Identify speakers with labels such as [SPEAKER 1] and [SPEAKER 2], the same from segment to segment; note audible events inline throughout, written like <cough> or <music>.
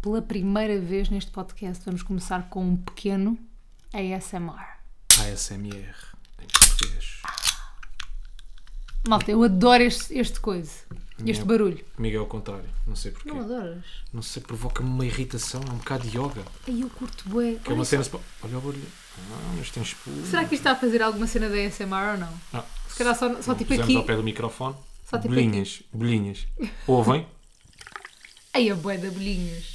[SPEAKER 1] pela primeira vez neste podcast, vamos começar com um pequeno ASMR.
[SPEAKER 2] ASMR em português.
[SPEAKER 1] Malta, eu adoro este, este coisa, este
[SPEAKER 2] Meu.
[SPEAKER 1] barulho.
[SPEAKER 2] Comigo é ao contrário, não sei porquê.
[SPEAKER 1] Não
[SPEAKER 2] Não,
[SPEAKER 1] adoras?
[SPEAKER 2] sei, provoca-me uma irritação, é um bocado de yoga.
[SPEAKER 1] Ai, eu curto bué.
[SPEAKER 2] Que é
[SPEAKER 1] Olha
[SPEAKER 2] uma
[SPEAKER 1] só.
[SPEAKER 2] cena. spo- Olha o barulho. Ah, mas tens espuma.
[SPEAKER 1] Será que isto está a fazer alguma cena da ASMR ou não?
[SPEAKER 2] Ah,
[SPEAKER 1] Se calhar só, só
[SPEAKER 2] não
[SPEAKER 1] tipo
[SPEAKER 2] pusemos
[SPEAKER 1] aqui.
[SPEAKER 2] ao pé do microfone.
[SPEAKER 1] Só tipo
[SPEAKER 2] bolhinhas, bolhinhas.
[SPEAKER 1] <laughs>
[SPEAKER 2] Ouvem?
[SPEAKER 1] Ai, a bué de bolhinhas.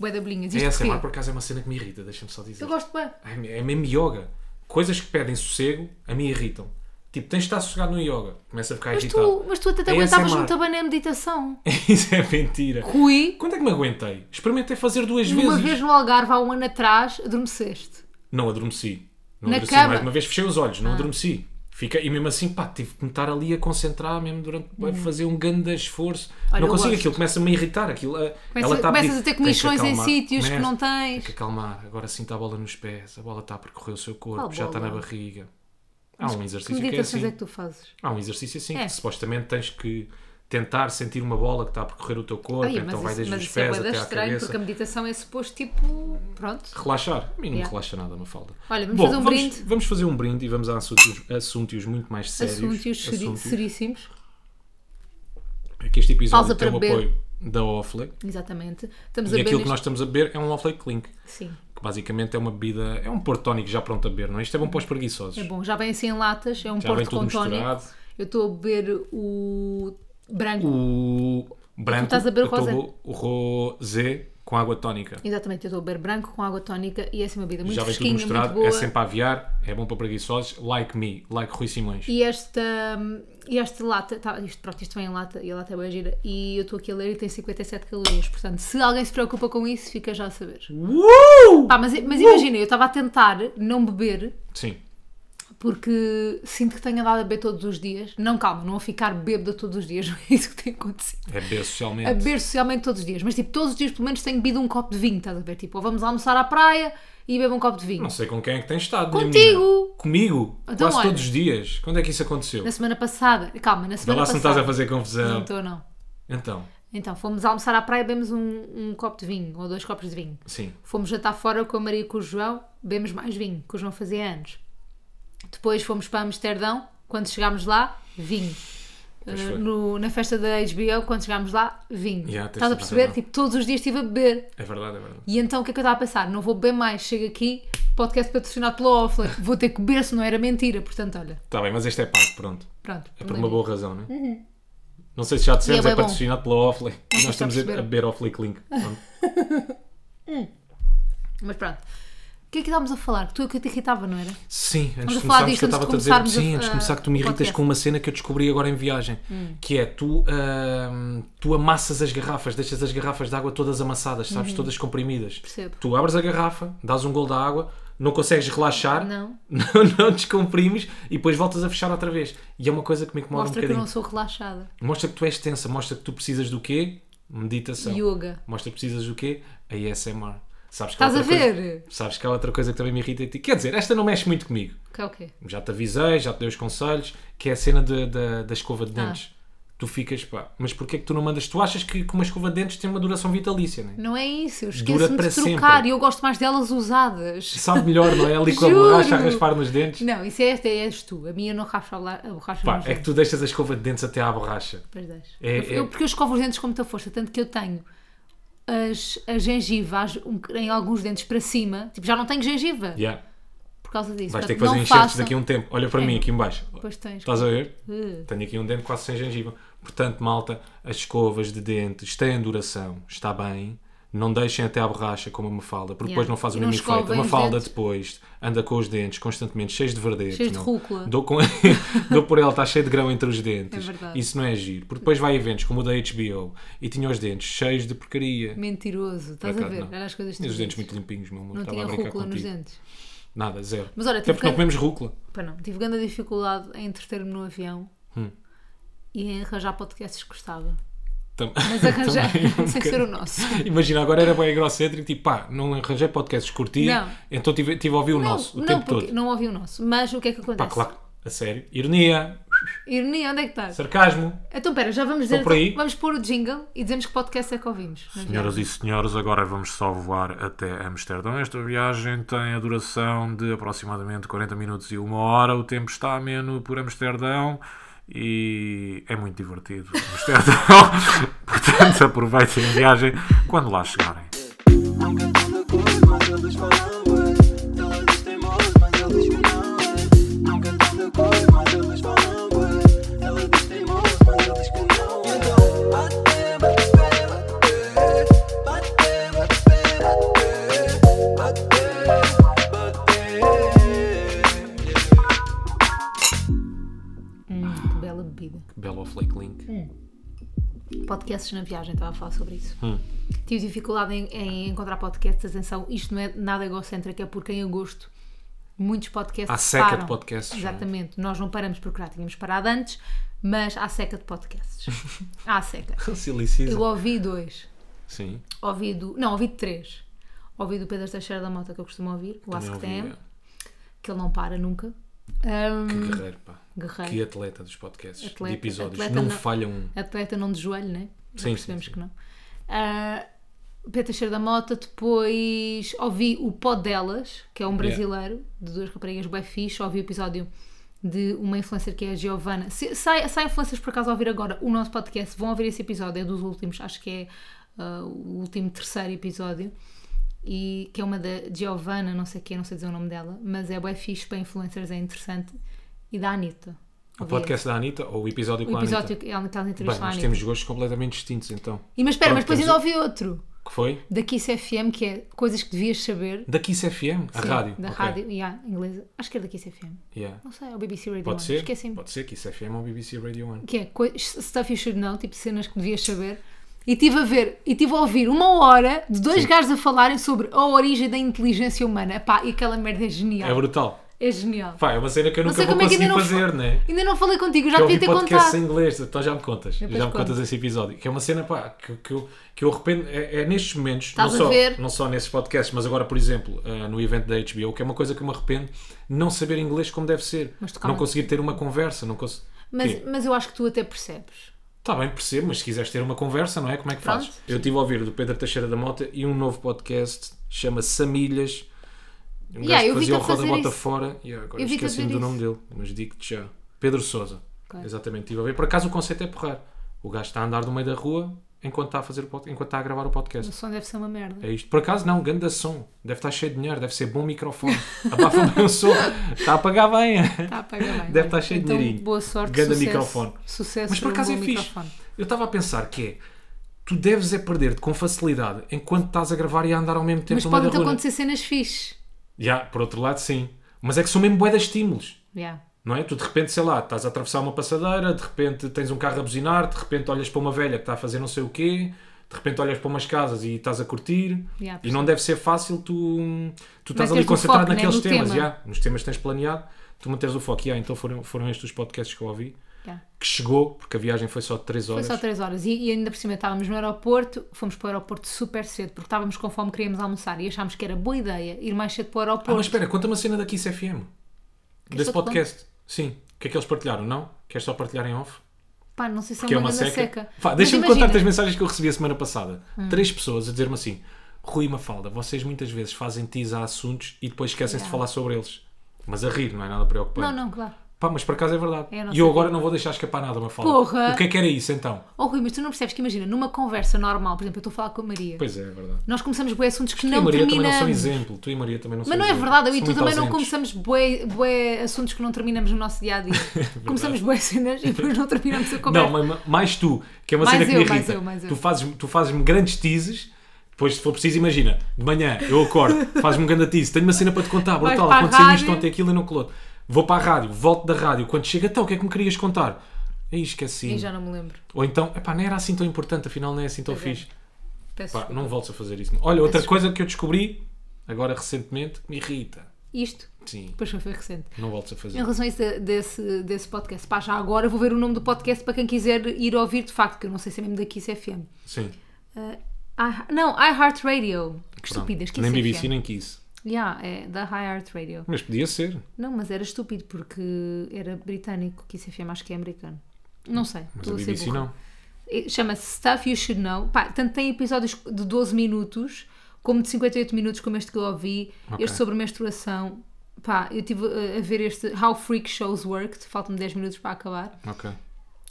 [SPEAKER 1] Bué de bolhinhas. Isto
[SPEAKER 2] ASMR
[SPEAKER 1] porquê?
[SPEAKER 2] por acaso é uma cena que me irrita, deixa-me só dizer.
[SPEAKER 1] Eu gosto bué.
[SPEAKER 2] Ai, É mesmo yoga. Coisas que pedem sossego a mim irritam. Tipo, tens de estar sossegado no yoga. Começa a ficar
[SPEAKER 1] Mas
[SPEAKER 2] irritado.
[SPEAKER 1] tu, mas tu até te aguentavas um
[SPEAKER 2] ASMR.
[SPEAKER 1] muito bem na meditação.
[SPEAKER 2] <laughs> Isso é mentira.
[SPEAKER 1] Rui,
[SPEAKER 2] Quando é que me aguentei? Experimentei fazer duas
[SPEAKER 1] uma
[SPEAKER 2] vezes.
[SPEAKER 1] vez no Algarve, há um ano atrás, adormeceste.
[SPEAKER 2] Não adormeci. Não
[SPEAKER 1] Na
[SPEAKER 2] adormeci
[SPEAKER 1] cama? Ah.
[SPEAKER 2] mais uma vez, fechei os olhos, não adormeci. Fiquei, e mesmo assim, pá, tive que me estar ali a concentrar mesmo durante. a fazer um grande esforço.
[SPEAKER 1] Hum. Olha,
[SPEAKER 2] não
[SPEAKER 1] eu
[SPEAKER 2] consigo,
[SPEAKER 1] gosto.
[SPEAKER 2] aquilo começa-me a irritar. Aquilo, a-
[SPEAKER 1] Começa-
[SPEAKER 2] ela está
[SPEAKER 1] começas
[SPEAKER 2] pedir,
[SPEAKER 1] a ter
[SPEAKER 2] "Tens que
[SPEAKER 1] comichões em
[SPEAKER 2] acalmar."
[SPEAKER 1] sítios que
[SPEAKER 2] Começa,
[SPEAKER 1] não tens.
[SPEAKER 2] Tem que acalmar, agora sinta a bola nos pés, a bola está a percorrer o seu corpo,
[SPEAKER 1] Qual
[SPEAKER 2] já está na
[SPEAKER 1] bola?
[SPEAKER 2] barriga. Há um
[SPEAKER 1] Que
[SPEAKER 2] exercício que é
[SPEAKER 1] meditações
[SPEAKER 2] assim.
[SPEAKER 1] é que tu fazes?
[SPEAKER 2] Há um exercício assim
[SPEAKER 1] É.
[SPEAKER 2] que supostamente tens que tentar sentir uma bola que está a percorrer o teu corpo,
[SPEAKER 1] Ai,
[SPEAKER 2] então vai
[SPEAKER 1] isso-
[SPEAKER 2] desde os
[SPEAKER 1] isso é
[SPEAKER 2] pés
[SPEAKER 1] bué de
[SPEAKER 2] até à
[SPEAKER 1] estranho,
[SPEAKER 2] cabeça.
[SPEAKER 1] porque a meditação é suposto, tipo, pronto.
[SPEAKER 2] Relaxar. A mim não
[SPEAKER 1] Yeah.
[SPEAKER 2] me relaxa nada, uma falda.
[SPEAKER 1] Olha, vamos fazer um brinde.
[SPEAKER 2] Vamos fazer um brinde e vamos a assuntos, assuntos muito mais sérios.
[SPEAKER 1] Assuntos seri-
[SPEAKER 2] Assuntos.
[SPEAKER 1] seríssimos.
[SPEAKER 2] É que este
[SPEAKER 1] Pausa
[SPEAKER 2] episódio tem
[SPEAKER 1] para
[SPEAKER 2] o
[SPEAKER 1] beber.
[SPEAKER 2] apoio da Offley.
[SPEAKER 1] Exatamente. Estamos a
[SPEAKER 2] E
[SPEAKER 1] beber
[SPEAKER 2] aquilo que
[SPEAKER 1] neste-
[SPEAKER 2] nós estamos a beber é um Offley Clink,
[SPEAKER 1] Sim,
[SPEAKER 2] que basicamente é uma bebida, é um porto tónico já pronto a beber, não é? Isto é bom para os preguiçosos.
[SPEAKER 1] é bom. Já vem assim em latas, é um
[SPEAKER 2] Já vem
[SPEAKER 1] porto
[SPEAKER 2] tudo
[SPEAKER 1] com tónico.
[SPEAKER 2] misturado.
[SPEAKER 1] Eu estou a beber o branco.
[SPEAKER 2] O branco,
[SPEAKER 1] estás a beber o
[SPEAKER 2] eu estou- o rosé com água tónica.
[SPEAKER 1] Exatamente, eu estou a beber branco com água tónica e é assim uma bebida muito
[SPEAKER 2] já vem tudo
[SPEAKER 1] fresquinha, muito
[SPEAKER 2] misturado,
[SPEAKER 1] boa.
[SPEAKER 2] é sempre a aviar, é bom para preguiçosos, like me, like Rui Simões.
[SPEAKER 1] E esta, hum, e esta lata, tá, isto, pronto, isto vem em lata e a lata é bem gira. E eu estou aqui a ler e tem 57 calorias. Portanto, se alguém se preocupa com isso, fica já a saber.
[SPEAKER 2] Uh!
[SPEAKER 1] Pá, mas mas imagina, eu estava a tentar não beber
[SPEAKER 2] Sim,
[SPEAKER 1] porque sinto que tenho andado a beber todos os dias. Não, calma, não a ficar bêbada todos os dias, <laughs> não é isso que tem acontecido.
[SPEAKER 2] é beber socialmente.
[SPEAKER 1] A beber socialmente todos os dias, mas tipo, todos os dias pelo menos tenho bebido um copo de vinho, estás a ver? Tipo, ou vamos almoçar à praia e bebo um copo de vinho.
[SPEAKER 2] Não sei com quem é que tens estado. minha
[SPEAKER 1] Contigo!
[SPEAKER 2] menina. Comigo?
[SPEAKER 1] Então,
[SPEAKER 2] Quase
[SPEAKER 1] olha.
[SPEAKER 2] todos os dias. Quando é que isso aconteceu?
[SPEAKER 1] Na semana passada, calma, na
[SPEAKER 2] Vê
[SPEAKER 1] semana
[SPEAKER 2] lá se não
[SPEAKER 1] passada.
[SPEAKER 2] estás a fazer confusão.
[SPEAKER 1] Não estou, não.
[SPEAKER 2] Então,
[SPEAKER 1] Então, fomos almoçar à praia, bebemos um, um copo de vinho, ou dois copos de vinho.
[SPEAKER 2] sim.
[SPEAKER 1] Fomos jantar fora com a Maria e com o João, bebemos mais vinho, que o João fazia anos. Depois fomos para Amsterdão, quando chegámos lá, vinho.
[SPEAKER 2] Pois
[SPEAKER 1] Eh,
[SPEAKER 2] foi.
[SPEAKER 1] no- na festa da HBO, quando chegámos lá, vinho.
[SPEAKER 2] Yeah,
[SPEAKER 1] Estás
[SPEAKER 2] tens
[SPEAKER 1] a
[SPEAKER 2] toda a
[SPEAKER 1] perceber?
[SPEAKER 2] razão.
[SPEAKER 1] Tipo, todos os dias estive a beber.
[SPEAKER 2] É verdade, é verdade.
[SPEAKER 1] E então o que é que eu estava a pensar? Não vou beber mais, chego aqui, podcast patrocinado pela
[SPEAKER 2] <laughs>
[SPEAKER 1] Offline, vou ter que beber se não era mentira. Portanto, olha,
[SPEAKER 2] Está bem, mas este é pago, pronto.
[SPEAKER 1] pronto.
[SPEAKER 2] É por uma boa razão, não é? Não sei se já dissemos,
[SPEAKER 1] Uhum. E é
[SPEAKER 2] é,
[SPEAKER 1] bem
[SPEAKER 2] patrocinado pela Offley.
[SPEAKER 1] sei
[SPEAKER 2] E
[SPEAKER 1] se
[SPEAKER 2] nós estamos a
[SPEAKER 1] perceberam.
[SPEAKER 2] a beber Offley
[SPEAKER 1] <laughs>
[SPEAKER 2] Clink. Pronto.
[SPEAKER 1] Mas pronto. O que é que estávamos a falar? Tu é que te irritava, não era?
[SPEAKER 2] Sim, antes
[SPEAKER 1] a
[SPEAKER 2] de
[SPEAKER 1] falar
[SPEAKER 2] começarmos,
[SPEAKER 1] disto
[SPEAKER 2] que eu
[SPEAKER 1] antes de
[SPEAKER 2] estava a dizer.
[SPEAKER 1] começarmos a-
[SPEAKER 2] Sim, antes de começar, que tu me
[SPEAKER 1] a-
[SPEAKER 2] irritas
[SPEAKER 1] podcast. Hum.
[SPEAKER 2] com uma cena que eu descobri agora em viagem. Que é tu, ahm, tu amassas as garrafas, deixas as garrafas de água todas amassadas, sabes? Todas comprimidas.
[SPEAKER 1] Uhum. Percebo.
[SPEAKER 2] Tu abres a garrafa, dás um gol da água, não consegues relaxar,
[SPEAKER 1] Não.
[SPEAKER 2] <laughs> não, um não descomprimes e depois voltas a fechar outra vez. E é uma coisa que me incomoda
[SPEAKER 1] Mostra
[SPEAKER 2] um
[SPEAKER 1] que eu
[SPEAKER 2] bocadinho.
[SPEAKER 1] não sou relaxada.
[SPEAKER 2] Mostra que tu és tensa, mostra que tu precisas do quê? Meditação.
[SPEAKER 1] Yoga.
[SPEAKER 2] Mostra que precisas do quê? ASMR. Sabes que há
[SPEAKER 1] Estás a
[SPEAKER 2] outra
[SPEAKER 1] ver?
[SPEAKER 2] coisa- sabes que há outra coisa que também me irrita em ti. Quer dizer, esta não mexe muito comigo
[SPEAKER 1] Que é o quê?
[SPEAKER 2] já te avisei, já te dei os conselhos, que é a cena de- da- da escova
[SPEAKER 1] Ah.
[SPEAKER 2] de dentes. Tu ficas, pá, mas porquê é que tu não mandas? Tu achas que que uma escova de dentes tem uma duração
[SPEAKER 1] <laughs>
[SPEAKER 2] vitalícia, né?
[SPEAKER 1] Não é isso, eu
[SPEAKER 2] Dura
[SPEAKER 1] esqueço-me
[SPEAKER 2] para
[SPEAKER 1] de trocar
[SPEAKER 2] sempre.
[SPEAKER 1] e eu gosto mais delas usadas.
[SPEAKER 2] Sabe melhor, não é? Ali com a
[SPEAKER 1] Juro!
[SPEAKER 2] borracha a raspar nos dentes.
[SPEAKER 1] Não, isso é esta, és tu. A minha não racha a la- a borracha
[SPEAKER 2] Pá,
[SPEAKER 1] nos
[SPEAKER 2] é que tu deixas a escova de dentes até à borracha.
[SPEAKER 1] Depois deixo.
[SPEAKER 2] É-
[SPEAKER 1] eu,
[SPEAKER 2] é-
[SPEAKER 1] eu- porque eu escovo os dentes com muita força, tanto que eu tenho as, a gengiva as- um- em alguns dentes para cima. Tipo, já não tenho gengiva
[SPEAKER 2] Yeah.
[SPEAKER 1] por causa disso.
[SPEAKER 2] Vais ter
[SPEAKER 1] Portanto,
[SPEAKER 2] que fazer
[SPEAKER 1] não
[SPEAKER 2] enxertos
[SPEAKER 1] façam- É.
[SPEAKER 2] daqui a um tempo. Olha para mim aqui em baixo.
[SPEAKER 1] Pois tens.
[SPEAKER 2] Estás a ver?
[SPEAKER 1] Uh.
[SPEAKER 2] Tenho aqui um dente quase sem gengiva. Portanto, malta, as escovas de dentes têm duração, está bem. Não deixem até à borracha como a Mafalda, porque
[SPEAKER 1] Yeah.
[SPEAKER 2] depois não faz
[SPEAKER 1] E
[SPEAKER 2] o
[SPEAKER 1] não
[SPEAKER 2] mesmo efeito. A
[SPEAKER 1] escovem os
[SPEAKER 2] Mafalda
[SPEAKER 1] dentes.
[SPEAKER 2] depois anda com os dentes constantemente cheios de verdete.
[SPEAKER 1] Cheios de
[SPEAKER 2] não?
[SPEAKER 1] rúcula.
[SPEAKER 2] Dou, com- <laughs> Dou por ela, está cheio de grão entre os dentes.
[SPEAKER 1] É verdade.
[SPEAKER 2] Isso não é giro. Porque depois vai a eventos como o da HBO e tinha os dentes cheios de porcaria.
[SPEAKER 1] Mentiroso, estás
[SPEAKER 2] Por
[SPEAKER 1] a
[SPEAKER 2] acaso,
[SPEAKER 1] ver?
[SPEAKER 2] não.
[SPEAKER 1] Olha as coisas que
[SPEAKER 2] Tinha
[SPEAKER 1] tu
[SPEAKER 2] os dentes
[SPEAKER 1] dizes.
[SPEAKER 2] muito limpinhos, meu amor.
[SPEAKER 1] Não
[SPEAKER 2] Estava
[SPEAKER 1] tinha
[SPEAKER 2] a brincar
[SPEAKER 1] rúcula nos
[SPEAKER 2] contigo.
[SPEAKER 1] dentes.
[SPEAKER 2] Nada, zero.
[SPEAKER 1] Mas olha,
[SPEAKER 2] Até
[SPEAKER 1] tive
[SPEAKER 2] porque não
[SPEAKER 1] grande,
[SPEAKER 2] comemos rúcula.
[SPEAKER 1] Pá, não, tive grande dificuldade em entreter-me no avião
[SPEAKER 2] Hum.
[SPEAKER 1] e em arranjar podcasts que gostava.
[SPEAKER 2] Tam- <laughs>
[SPEAKER 1] Mas <laughs> arranjar
[SPEAKER 2] Também um
[SPEAKER 1] sem
[SPEAKER 2] bocadinho.
[SPEAKER 1] ser o nosso.
[SPEAKER 2] Imagina, agora era bem egocêntrico, tipo, pá, não arranjei podcasts que curtia,
[SPEAKER 1] Não.
[SPEAKER 2] então tive, tive a ouvir o nosso o
[SPEAKER 1] não,
[SPEAKER 2] tempo
[SPEAKER 1] porque
[SPEAKER 2] todo.
[SPEAKER 1] não ouvi o nosso. Mas o que é que acontece?
[SPEAKER 2] Pá, claro, a sério. Ironia.
[SPEAKER 1] Ironia, onde é que estás?
[SPEAKER 2] Sarcasmo.
[SPEAKER 1] Então, pera, já vamos
[SPEAKER 2] Estou
[SPEAKER 1] dizer.
[SPEAKER 2] por aí.
[SPEAKER 1] Vamos pôr o jingle e dizemos que podcast é que ouvimos. Vamos ver.
[SPEAKER 2] Senhoras e senhores, agora vamos só voar até Amsterdão. Esta viagem tem a duração de aproximadamente 40 minutos e uma hora. O tempo está ameno por Amsterdão e é muito <laughs> divertido. Amsterdão, portanto, aproveitem a viagem quando lá chegarem.
[SPEAKER 3] Nunca estão de acordo, mas eles falam bué. Elas dizem moço, mas eles falam bué. Nunca estão de acordo, mas eles falam bué. Elas dizem moço, mas eles falam bué. Então, bate, bate, bate, bate. Bate, bate, bate, bate, bate.
[SPEAKER 1] Hum, que bela bebida.
[SPEAKER 2] Belo Flake Link.
[SPEAKER 1] Hum. Podcasts na viagem, estava a falar sobre isso.
[SPEAKER 2] Hum.
[SPEAKER 1] Tive dificuldade em, em encontrar podcasts. Atenção, isto não é nada egocêntrico, é porque em agosto muitos podcasts.
[SPEAKER 2] Há seca de
[SPEAKER 1] param.
[SPEAKER 2] podcasts, não é?
[SPEAKER 1] Exatamente. Nós não paramos porque já tínhamos parado antes, mas há seca de podcasts.
[SPEAKER 2] <laughs>
[SPEAKER 1] há seca.
[SPEAKER 2] Silly
[SPEAKER 1] Eu
[SPEAKER 2] Season.
[SPEAKER 1] ouvi dois.
[SPEAKER 2] Sim.
[SPEAKER 1] Ouvi do. Não, ouvi de três. Ouvi do Pedro Teixeira da Mota, que eu costumo ouvir, o Ask
[SPEAKER 2] Também ouvi,
[SPEAKER 1] Tem, que ele não para nunca.
[SPEAKER 2] é.
[SPEAKER 1] Ahm,
[SPEAKER 2] Que guerreiro, pá.
[SPEAKER 1] Guerreiro.
[SPEAKER 2] Que atleta dos podcasts,
[SPEAKER 1] Atleta,
[SPEAKER 2] de episódios.
[SPEAKER 1] atleta
[SPEAKER 2] não,
[SPEAKER 1] não-
[SPEAKER 2] falha um.
[SPEAKER 1] atleta não de joelho, né? Já
[SPEAKER 2] Sim,
[SPEAKER 1] percebemos
[SPEAKER 2] sim, sim.
[SPEAKER 1] que não. Ah, Pedro Teixeira da Mota, depois ouvi o Pó Delas, que é um brasileiro, de duas raparigas bem fixe, ouvi o episódio de uma influencer que é a Giovana. Se, sai, sai influencers por acaso a ouvir agora o nosso podcast, vão ouvir esse episódio, é dos últimos, acho que é ah, o último terceiro episódio. E que é uma da Giovana, não sei quem, não sei dizer o nome dela, mas é bem fixe para influencers, é interessante. E da Anitta.
[SPEAKER 2] O
[SPEAKER 1] Ouvi esse.
[SPEAKER 2] podcast da Anitta ou o episódio com
[SPEAKER 1] O
[SPEAKER 2] a Anitta?
[SPEAKER 1] episódio que ela que ela
[SPEAKER 2] Bem,
[SPEAKER 1] entrevistou a
[SPEAKER 2] nós
[SPEAKER 1] Anitta.
[SPEAKER 2] temos gostos completamente distintos então.
[SPEAKER 1] E, mas espera,
[SPEAKER 2] Pronto,
[SPEAKER 1] mas depois
[SPEAKER 2] temos
[SPEAKER 1] ainda ouvi outro
[SPEAKER 2] Que foi?
[SPEAKER 1] da Kiss FM que é coisas que devias saber.
[SPEAKER 2] Da Kiss FM, a
[SPEAKER 1] Sim,
[SPEAKER 2] rádio.
[SPEAKER 1] Da
[SPEAKER 2] ok.
[SPEAKER 1] rádio, yeah, inglesa. Acho que é da Kiss FM.
[SPEAKER 2] Yeah.
[SPEAKER 1] Não sei, é o BBC Radio
[SPEAKER 2] Pode
[SPEAKER 1] 1.
[SPEAKER 2] ser?
[SPEAKER 1] Esqueci-me.
[SPEAKER 2] Pode ser Kiss FM ou BBC Radio 1.
[SPEAKER 1] Que é coi- stuff you should know, tipo cenas que devias saber. E estive a ver, e estive a ouvir uma hora de dois gajos a falarem sobre a origem da inteligência humana. Pá, e aquela merda é
[SPEAKER 2] É
[SPEAKER 1] genial.
[SPEAKER 2] brutal.
[SPEAKER 1] É, genial.
[SPEAKER 2] Pá, é uma cena que eu
[SPEAKER 1] Não
[SPEAKER 2] nunca
[SPEAKER 1] sei
[SPEAKER 2] vou
[SPEAKER 1] como é que
[SPEAKER 2] conseguir
[SPEAKER 1] ainda não
[SPEAKER 2] fazer, né?
[SPEAKER 1] Ainda não falei contigo, eu já
[SPEAKER 2] Eu
[SPEAKER 1] devia
[SPEAKER 2] ouvi
[SPEAKER 1] ter
[SPEAKER 2] podcast em
[SPEAKER 1] contado.
[SPEAKER 2] inglês, então já me contas. Já
[SPEAKER 1] Depois
[SPEAKER 2] me contas
[SPEAKER 1] conto.
[SPEAKER 2] esse episódio. Que é uma cena, pá, que, que, eu, que eu arrependo. É, é nestes momentos,
[SPEAKER 1] Estás
[SPEAKER 2] não
[SPEAKER 1] a
[SPEAKER 2] só,
[SPEAKER 1] ver?
[SPEAKER 2] não só nesses podcasts, mas agora, por exemplo, ah, no evento da HBO, que é uma coisa que eu me arrependo, não saber inglês como deve ser.
[SPEAKER 1] Mas tu
[SPEAKER 2] não
[SPEAKER 1] calma.
[SPEAKER 2] conseguir ter uma conversa. Não cons...
[SPEAKER 1] Mas,
[SPEAKER 2] Quê?
[SPEAKER 1] mas eu acho que tu até percebes.
[SPEAKER 2] Tá bem, percebo, mas se quiseres ter uma conversa, não é? Como é que
[SPEAKER 1] Pronto.
[SPEAKER 2] fazes? Eu estive a ouvir do Pedro Teixeira da Mota e um novo podcast, chama Samilhas. Um
[SPEAKER 1] Yeah, eu
[SPEAKER 2] gajo que
[SPEAKER 1] vi-te
[SPEAKER 2] fazia o
[SPEAKER 1] a fazer
[SPEAKER 2] roda-bota
[SPEAKER 1] isso.
[SPEAKER 2] fora. e agora
[SPEAKER 1] Eu vi-te a
[SPEAKER 2] esqueci-me do
[SPEAKER 1] fazer
[SPEAKER 2] nome dele, mas digo-te já. Pedro Sousa.
[SPEAKER 1] Ok.
[SPEAKER 2] Exatamente, estive a ver. Por acaso o conceito é porrar. O gajo está a andar no meio da rua enquanto está a, fazer o pod- enquanto está a gravar o
[SPEAKER 1] O
[SPEAKER 2] podcast.
[SPEAKER 1] som deve ser uma merda.
[SPEAKER 2] É isto. Por acaso não, ganda som. Deve estar cheio de dinheiro, deve ser bom
[SPEAKER 1] <laughs>
[SPEAKER 2] microfone. Abafa bem o som. Está a pagar bem.
[SPEAKER 1] Tá, paga bem.
[SPEAKER 2] Deve
[SPEAKER 1] olha.
[SPEAKER 2] estar cheio de
[SPEAKER 1] então,
[SPEAKER 2] dinheirinho.
[SPEAKER 1] Boa sorte,
[SPEAKER 2] Ganda
[SPEAKER 1] sucesso.
[SPEAKER 2] microfone.
[SPEAKER 1] Sucesso
[SPEAKER 2] Mas por
[SPEAKER 1] para um
[SPEAKER 2] acaso é
[SPEAKER 1] bom
[SPEAKER 2] fixe.
[SPEAKER 1] microfone.
[SPEAKER 2] Eu estava a pensar que é. Tu deves é perder-te com facilidade enquanto estás a gravar e a andar ao mesmo tempo
[SPEAKER 1] Mas
[SPEAKER 2] no meio da
[SPEAKER 1] podem-te
[SPEAKER 2] rua. não é?
[SPEAKER 1] acontecer cenas fixe.
[SPEAKER 2] Já, por outro lado, sim. Mas é que são mesmo bué de estímulos.
[SPEAKER 1] Yeah.
[SPEAKER 2] Não é? Tu de repente, sei lá, estás a atravessar uma passadeira, de repente tens um carro a buzinar, de repente olhas para uma velha que está a fazer não sei o quê, de repente olhas para umas casas e estás a curtir.
[SPEAKER 1] Yeah,
[SPEAKER 2] e não deve ser fácil tu, tu estás ali
[SPEAKER 1] Meteres o
[SPEAKER 2] concentrado
[SPEAKER 1] foco, né,
[SPEAKER 2] naqueles
[SPEAKER 1] no
[SPEAKER 2] temas.
[SPEAKER 1] tema.
[SPEAKER 2] já. Nos temas que tens planeado, tu manteres o foco. Yeah, então foram, foram estes os podcasts que eu ouvi.
[SPEAKER 1] yeah.
[SPEAKER 2] Que chegou, porque a viagem foi só de 3
[SPEAKER 1] Foi
[SPEAKER 2] horas.
[SPEAKER 1] só 3 horas. E, e ainda por cima estávamos no aeroporto, fomos para o aeroporto super cedo, porque estávamos com fome, queríamos almoçar e achámos que era boa ideia ir mais cedo para o
[SPEAKER 2] Ah, mas
[SPEAKER 1] aeroporto.
[SPEAKER 2] espera, conta-me a cena da Kiss FM. Desse
[SPEAKER 1] só te conto?
[SPEAKER 2] podcast. Sim. O que é que eles partilharam, não? Queres só partilhar em off?
[SPEAKER 1] Pá, não sei se
[SPEAKER 2] Que
[SPEAKER 1] é
[SPEAKER 2] é
[SPEAKER 1] uma
[SPEAKER 2] uma
[SPEAKER 1] grande
[SPEAKER 2] seca.
[SPEAKER 1] seca.
[SPEAKER 2] Pá,
[SPEAKER 1] Mas
[SPEAKER 2] Deixa-me
[SPEAKER 1] imagina, Hum.
[SPEAKER 2] contar-te as mensagens que eu recebi a semana passada. Três pessoas a dizer-me assim: Rui e Mafalda, vocês muitas vezes fazem teas a assuntos e depois esquecem-se de falar sobre eles. Mas a rir, não é nada preocupante.
[SPEAKER 1] Não, não, claro.
[SPEAKER 2] Pá, mas por acaso é verdade.
[SPEAKER 1] É a nossa
[SPEAKER 2] e eu agora não vou deixar escapar nada, Mafalda.
[SPEAKER 1] Porra!
[SPEAKER 2] O que é que era isso então?
[SPEAKER 1] Oh Rui, mas tu não percebes que imagina, numa conversa normal, por exemplo, eu estou a falar com a Maria,
[SPEAKER 2] Pois é, é verdade.
[SPEAKER 1] nós começamos bué assuntos que
[SPEAKER 2] Tu
[SPEAKER 1] não
[SPEAKER 2] e Maria
[SPEAKER 1] terminamos.
[SPEAKER 2] também não são exemplo. Tu e Maria também não são
[SPEAKER 1] Mas não é
[SPEAKER 2] exemplo.
[SPEAKER 1] verdade, eu e
[SPEAKER 2] São
[SPEAKER 1] tu
[SPEAKER 2] muito
[SPEAKER 1] também não
[SPEAKER 2] ausentes.
[SPEAKER 1] começamos bué, bué assuntos que não terminamos no nosso dia a
[SPEAKER 2] <laughs>
[SPEAKER 1] dia. começamos bué cenas e depois não terminamos a conversa.
[SPEAKER 2] É Não, mas- mas mais tu, que é uma
[SPEAKER 1] Mais
[SPEAKER 2] cena que
[SPEAKER 1] eu,
[SPEAKER 2] me
[SPEAKER 1] mais
[SPEAKER 2] irrita.
[SPEAKER 1] eu, mais eu.
[SPEAKER 2] Tu fazes-me tu fazes grandes teases, depois se for preciso, imagina, de manhã
[SPEAKER 1] <laughs>
[SPEAKER 2] eu acordo, fazes-me um grande tease, tenho uma cena para te contar,
[SPEAKER 1] Vais
[SPEAKER 2] brutal,
[SPEAKER 1] para a
[SPEAKER 2] aconteceu isto,
[SPEAKER 1] rádio.
[SPEAKER 2] ontem aquilo e não colou. Vou para a rádio, volto da rádio, quando chega, então, o que é que me querias contar? Aí esqueci.
[SPEAKER 1] E já não me lembro.
[SPEAKER 2] Ou então, epá, não era assim tão importante, afinal não é assim tão fixe.
[SPEAKER 1] Peço
[SPEAKER 2] Pá,
[SPEAKER 1] desculpa.
[SPEAKER 2] não voltes a fazer isso. Olha, outra
[SPEAKER 1] Peço
[SPEAKER 2] coisa que eu descobri, agora recentemente, que me irrita.
[SPEAKER 1] Isto,
[SPEAKER 2] Sim,
[SPEAKER 1] depois foi recente.
[SPEAKER 2] não voltes a
[SPEAKER 1] Em
[SPEAKER 2] fazer.
[SPEAKER 1] relação a isso de- desse, desse podcast, pá, já agora vou ver o nome do podcast para quem quiser ir ouvir de facto, que eu não sei se é mesmo da Kiss FM.
[SPEAKER 2] Sim.
[SPEAKER 1] Ah, I- não, iHeartRadio. Que
[SPEAKER 2] Pronto.
[SPEAKER 1] estupidez, é Kiss
[SPEAKER 2] Nem
[SPEAKER 1] FM.
[SPEAKER 2] né? BBC, nem Kiss.
[SPEAKER 1] Yeah, é da High Art Radio.
[SPEAKER 2] Mas podia ser.
[SPEAKER 1] Não, mas era estúpido porque era britânico, que isso FM acho que é americano. Não sei,
[SPEAKER 2] Mas
[SPEAKER 1] estou
[SPEAKER 2] a
[SPEAKER 1] a ser
[SPEAKER 2] BBC
[SPEAKER 1] burra.
[SPEAKER 2] não.
[SPEAKER 1] Eh, Chama-se Stuff You Should Know. Pá, tanto tem episódios de 12 minutos, como de 58 minutos, como este que eu ouvi,
[SPEAKER 2] Ok.
[SPEAKER 1] este sobre menstruação. Pá, eu estive a ver este How Freak Shows Worked, faltam-me 10 minutos para acabar.
[SPEAKER 2] Ok.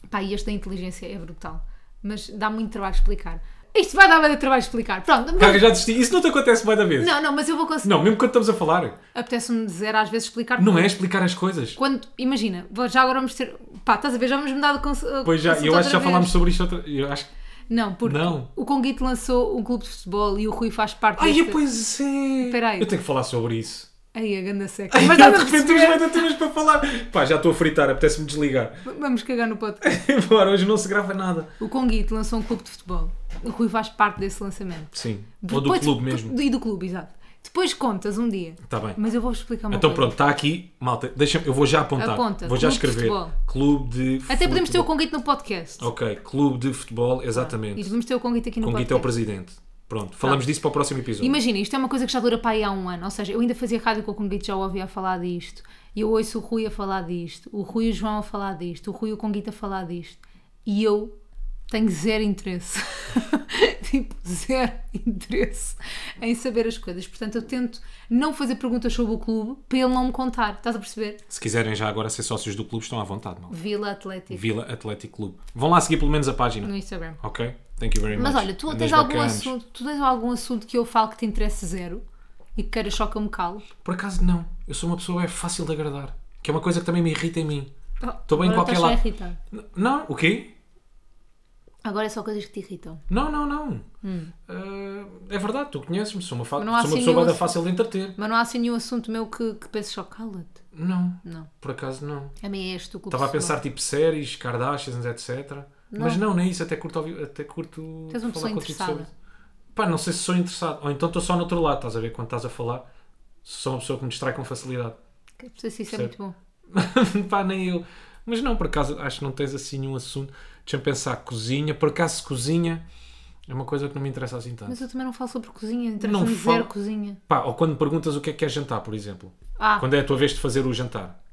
[SPEAKER 1] Pá, e este da inteligência é brutal, mas dá muito trabalho explicar. Isto vai dar muito trabalho explicar. Pronto,
[SPEAKER 2] Cara, eu já desisti. Isso não te acontece mais da vez.
[SPEAKER 1] não, não, mas eu vou conseguir.
[SPEAKER 2] Não, mesmo quando estamos a falar.
[SPEAKER 1] Apetece-me dizer às vezes explicar.
[SPEAKER 2] Não
[SPEAKER 1] tudo.
[SPEAKER 2] é explicar as coisas.
[SPEAKER 1] Quando, imagina, vou- já agora vamos ter. Pá, estás a ver? Já vamos mudar de conce- eh,
[SPEAKER 2] Pois já,
[SPEAKER 1] conceito
[SPEAKER 2] eu acho
[SPEAKER 1] outra
[SPEAKER 2] que já
[SPEAKER 1] vez.
[SPEAKER 2] falámos sobre isto outra. Eu acho que.
[SPEAKER 1] Não, porque
[SPEAKER 2] Não.
[SPEAKER 1] o Conguito lançou um clube de futebol e o Rui faz parte
[SPEAKER 2] Ai,
[SPEAKER 1] deste...
[SPEAKER 2] pois é.
[SPEAKER 1] Espera aí.
[SPEAKER 2] Eu tenho que falar sobre isso.
[SPEAKER 1] Ai, a ganda seca.
[SPEAKER 2] Mas
[SPEAKER 1] Mas
[SPEAKER 2] de
[SPEAKER 1] dá-me a
[SPEAKER 2] repente temos
[SPEAKER 1] perceber.
[SPEAKER 2] muitas temas para falar. Pá, já estou a fritar, apetece-me desligar.
[SPEAKER 1] Vamos cagar no podcast.
[SPEAKER 2] Embora hoje não se grava nada.
[SPEAKER 1] O Conguito lançou um clube de futebol. O Rui faz parte desse lançamento.
[SPEAKER 2] Sim. Ou do
[SPEAKER 1] Depois-
[SPEAKER 2] clube mesmo.
[SPEAKER 1] E do clube, exato. Depois contas um dia.
[SPEAKER 2] Está bem.
[SPEAKER 1] Mas eu vou explicar uma
[SPEAKER 2] Então
[SPEAKER 1] coisa.
[SPEAKER 2] pronto, está aqui, malta. Deixa eu vou já apontar.
[SPEAKER 1] Aponta.
[SPEAKER 2] Vou já
[SPEAKER 1] Clube de
[SPEAKER 2] escrever.
[SPEAKER 1] futebol.
[SPEAKER 2] Clube de futebol.
[SPEAKER 1] Até podemos ter o Conguito no podcast.
[SPEAKER 2] Ok, clube de futebol,
[SPEAKER 1] E
[SPEAKER 2] exatamente.
[SPEAKER 1] podemos ter Tá. o Conguito aqui no
[SPEAKER 2] Com Guita é o
[SPEAKER 1] podcast.
[SPEAKER 2] presidente. Pronto, falamos disso para o próximo episódio.
[SPEAKER 1] Imagina, isto é uma coisa que já dura para aí há um ano. Ou seja, eu ainda fazia rádio com o Conguito, já o ouvia a falar disto. E eu ouço o Rui a falar disto, o Rui e o João a falar disto, o Rui e o Conguito a falar disto. E eu tenho zero interesse. <laughs> tipo, zero interesse em saber as coisas. Portanto, eu tento não fazer perguntas sobre o clube para ele não me contar. Estás a perceber?
[SPEAKER 2] Se quiserem já agora ser sócios do clube, estão à vontade, malta.
[SPEAKER 1] Vila Atlético
[SPEAKER 2] Vila Atlético Clube. Vão lá seguir pelo menos a página.
[SPEAKER 1] no Instagram.
[SPEAKER 2] Ok? Thank you very much. É
[SPEAKER 1] Mas olha, tu
[SPEAKER 2] Andas
[SPEAKER 1] tens, algum
[SPEAKER 2] bacanas.
[SPEAKER 1] assunto, tu tens algum assunto que eu falo que te interesse zero e que queiras só que eu me calo?
[SPEAKER 2] Por acaso não. Eu sou uma pessoa é fácil de agradar. Que é uma coisa que também me irrita em mim. Estou bem em
[SPEAKER 1] Agora
[SPEAKER 2] qualquer
[SPEAKER 1] estás só
[SPEAKER 2] lado.
[SPEAKER 1] irritado.
[SPEAKER 2] N- Não, o quê?
[SPEAKER 1] Agora é só coisas que te irritam.
[SPEAKER 2] Não, não, não. Ah, é verdade, tu conheces-me. Sou uma, fa...
[SPEAKER 1] Hum. não há
[SPEAKER 2] sou uma
[SPEAKER 1] assim
[SPEAKER 2] pessoa
[SPEAKER 1] nenhum
[SPEAKER 2] bem
[SPEAKER 1] assunto.
[SPEAKER 2] fácil de entreter.
[SPEAKER 1] Mas não há assim nenhum assunto meu que, que penses só cala-te.
[SPEAKER 2] Não.
[SPEAKER 1] Não.
[SPEAKER 2] Por acaso não.
[SPEAKER 1] A mim é este o clube
[SPEAKER 2] Estava a
[SPEAKER 1] pessoal.
[SPEAKER 2] pensar tipo séries, Kardashians, etc. Mas não, nem isso. Até curto, ouvir- até curto
[SPEAKER 1] Tu és uma pessoa interessada.
[SPEAKER 2] Pá, não sei se sou interessado. Ou então estou só no outro lado, estás a ver? Quando estás a falar, sou uma pessoa que me distrai com facilidade. <laughs>
[SPEAKER 1] Não sei se isso é
[SPEAKER 2] Certo.
[SPEAKER 1] muito bom.
[SPEAKER 2] Pá, nem eu. Mas não, por acaso, acho que não tens assim nenhum assunto. Deixa-me pensar, cozinha. Por acaso, cozinha é uma coisa que não me interessa assim tanto.
[SPEAKER 1] Mas eu também não falo sobre cozinha.
[SPEAKER 2] Não
[SPEAKER 1] Interessa-me
[SPEAKER 2] falo.
[SPEAKER 1] zero cozinha.
[SPEAKER 2] Pá, ou quando perguntas o que é que é jantar, por exemplo.
[SPEAKER 1] Ah,
[SPEAKER 2] Quando é a tua vez de fazer o jantar.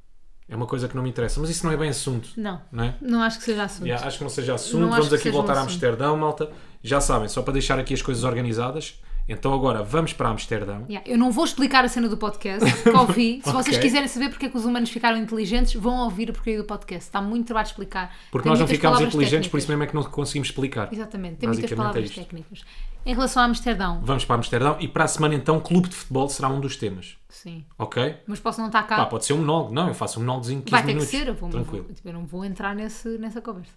[SPEAKER 2] É uma coisa que não me interessa. Mas isso não é bem assunto,
[SPEAKER 1] não.
[SPEAKER 2] não é?
[SPEAKER 1] Não acho que seja assunto.
[SPEAKER 2] Yeah, acho que não seja assunto.
[SPEAKER 1] Não acho
[SPEAKER 2] vamos
[SPEAKER 1] que
[SPEAKER 2] aqui
[SPEAKER 1] seja um
[SPEAKER 2] voltar a
[SPEAKER 1] assunto.
[SPEAKER 2] Amsterdão, malta. Já sabem, só para deixar aqui as coisas organizadas. Então agora vamos para Amsterdão.
[SPEAKER 1] Yeah, Eu não vou explicar a cena do
[SPEAKER 2] <laughs>
[SPEAKER 1] podcast que ouvi. Se vocês
[SPEAKER 2] Ok.
[SPEAKER 1] quiserem saber porque é que os humanos ficaram inteligentes, vão ouvir a porcaria do podcast. Está muito trabalho de explicar.
[SPEAKER 2] Porque
[SPEAKER 1] Tem
[SPEAKER 2] nós não
[SPEAKER 1] muitas
[SPEAKER 2] ficámos
[SPEAKER 1] palavras
[SPEAKER 2] inteligentes, por
[SPEAKER 1] técnicas.
[SPEAKER 2] isso mesmo é que não conseguimos explicar.
[SPEAKER 1] Exatamente, tem muitas
[SPEAKER 2] Basicamente é
[SPEAKER 1] palavras
[SPEAKER 2] isto.
[SPEAKER 1] técnicas. Em relação a Amsterdão,
[SPEAKER 2] Vamos para Amsterdão e para a semana então, clube de futebol será um dos temas.
[SPEAKER 1] sim.
[SPEAKER 2] Ok?
[SPEAKER 1] Mas posso não estar cá.
[SPEAKER 2] Pá, pode ser um monólogo. Não, eu faço um monólogozinho de 15
[SPEAKER 1] Tá. Vai ter
[SPEAKER 2] minutos.
[SPEAKER 1] que ser, eu, vou, tipo,
[SPEAKER 2] Tranquilo.
[SPEAKER 1] eu não vou entrar nesse, nessa conversa.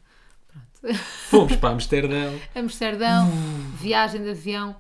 [SPEAKER 1] Pronto. <laughs>
[SPEAKER 2] Fomos para Amsterdão.
[SPEAKER 1] Amsterdão, viagem de avião,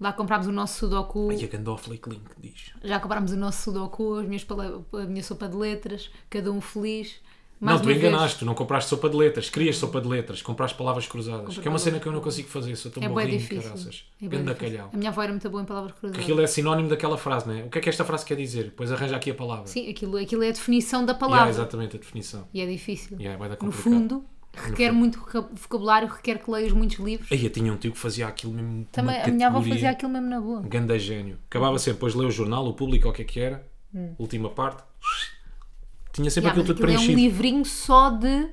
[SPEAKER 1] lá comprámos o nosso Sudoku,
[SPEAKER 2] Hum. Ai, a Gandolfo Link diz.
[SPEAKER 1] já comprámos o nosso Sudoku, as minhas pala- a minha sopa de letras, cada um feliz.
[SPEAKER 2] não, tu enganaste, tu não compraste sopa de letras, querias sopa de letras, compraste palavras cruzadas, que é uma cena que eu não consigo fazer, sou tão
[SPEAKER 1] É bem
[SPEAKER 2] morrinho,
[SPEAKER 1] difícil.
[SPEAKER 2] caraças.
[SPEAKER 1] É bué
[SPEAKER 2] Ganda
[SPEAKER 1] difícil.
[SPEAKER 2] calhau.
[SPEAKER 1] A minha avó era muito boa em palavras cruzadas.
[SPEAKER 2] Aquilo é sinónimo daquela frase, não é? O que é que esta frase quer dizer? Pois arranja aqui a palavra.
[SPEAKER 1] Sim, aquilo, aquilo é a definição da
[SPEAKER 2] Yeah,
[SPEAKER 1] palavra.
[SPEAKER 2] exatamente, a definição.
[SPEAKER 1] e é difícil.
[SPEAKER 2] Yeah, vai dar
[SPEAKER 1] no
[SPEAKER 2] complicado. É
[SPEAKER 1] fundo, requer muito voca- vocabulário, requer que leias muitos livros.
[SPEAKER 2] Aí eu tinha um tio que fazia aquilo mesmo. com
[SPEAKER 1] Também
[SPEAKER 2] uma
[SPEAKER 1] a minha avó
[SPEAKER 2] categoria.
[SPEAKER 1] fazia aquilo Uhum. mesmo na boa.
[SPEAKER 2] Um ganda gênio. Acabava sempre, depois leu o jornal, o público, o que é que era, última parte. Tinha sempre
[SPEAKER 1] Hum. Yeah, mas
[SPEAKER 2] aquilo tudo
[SPEAKER 1] aquilo é um
[SPEAKER 2] preenchido.
[SPEAKER 1] livrinho só de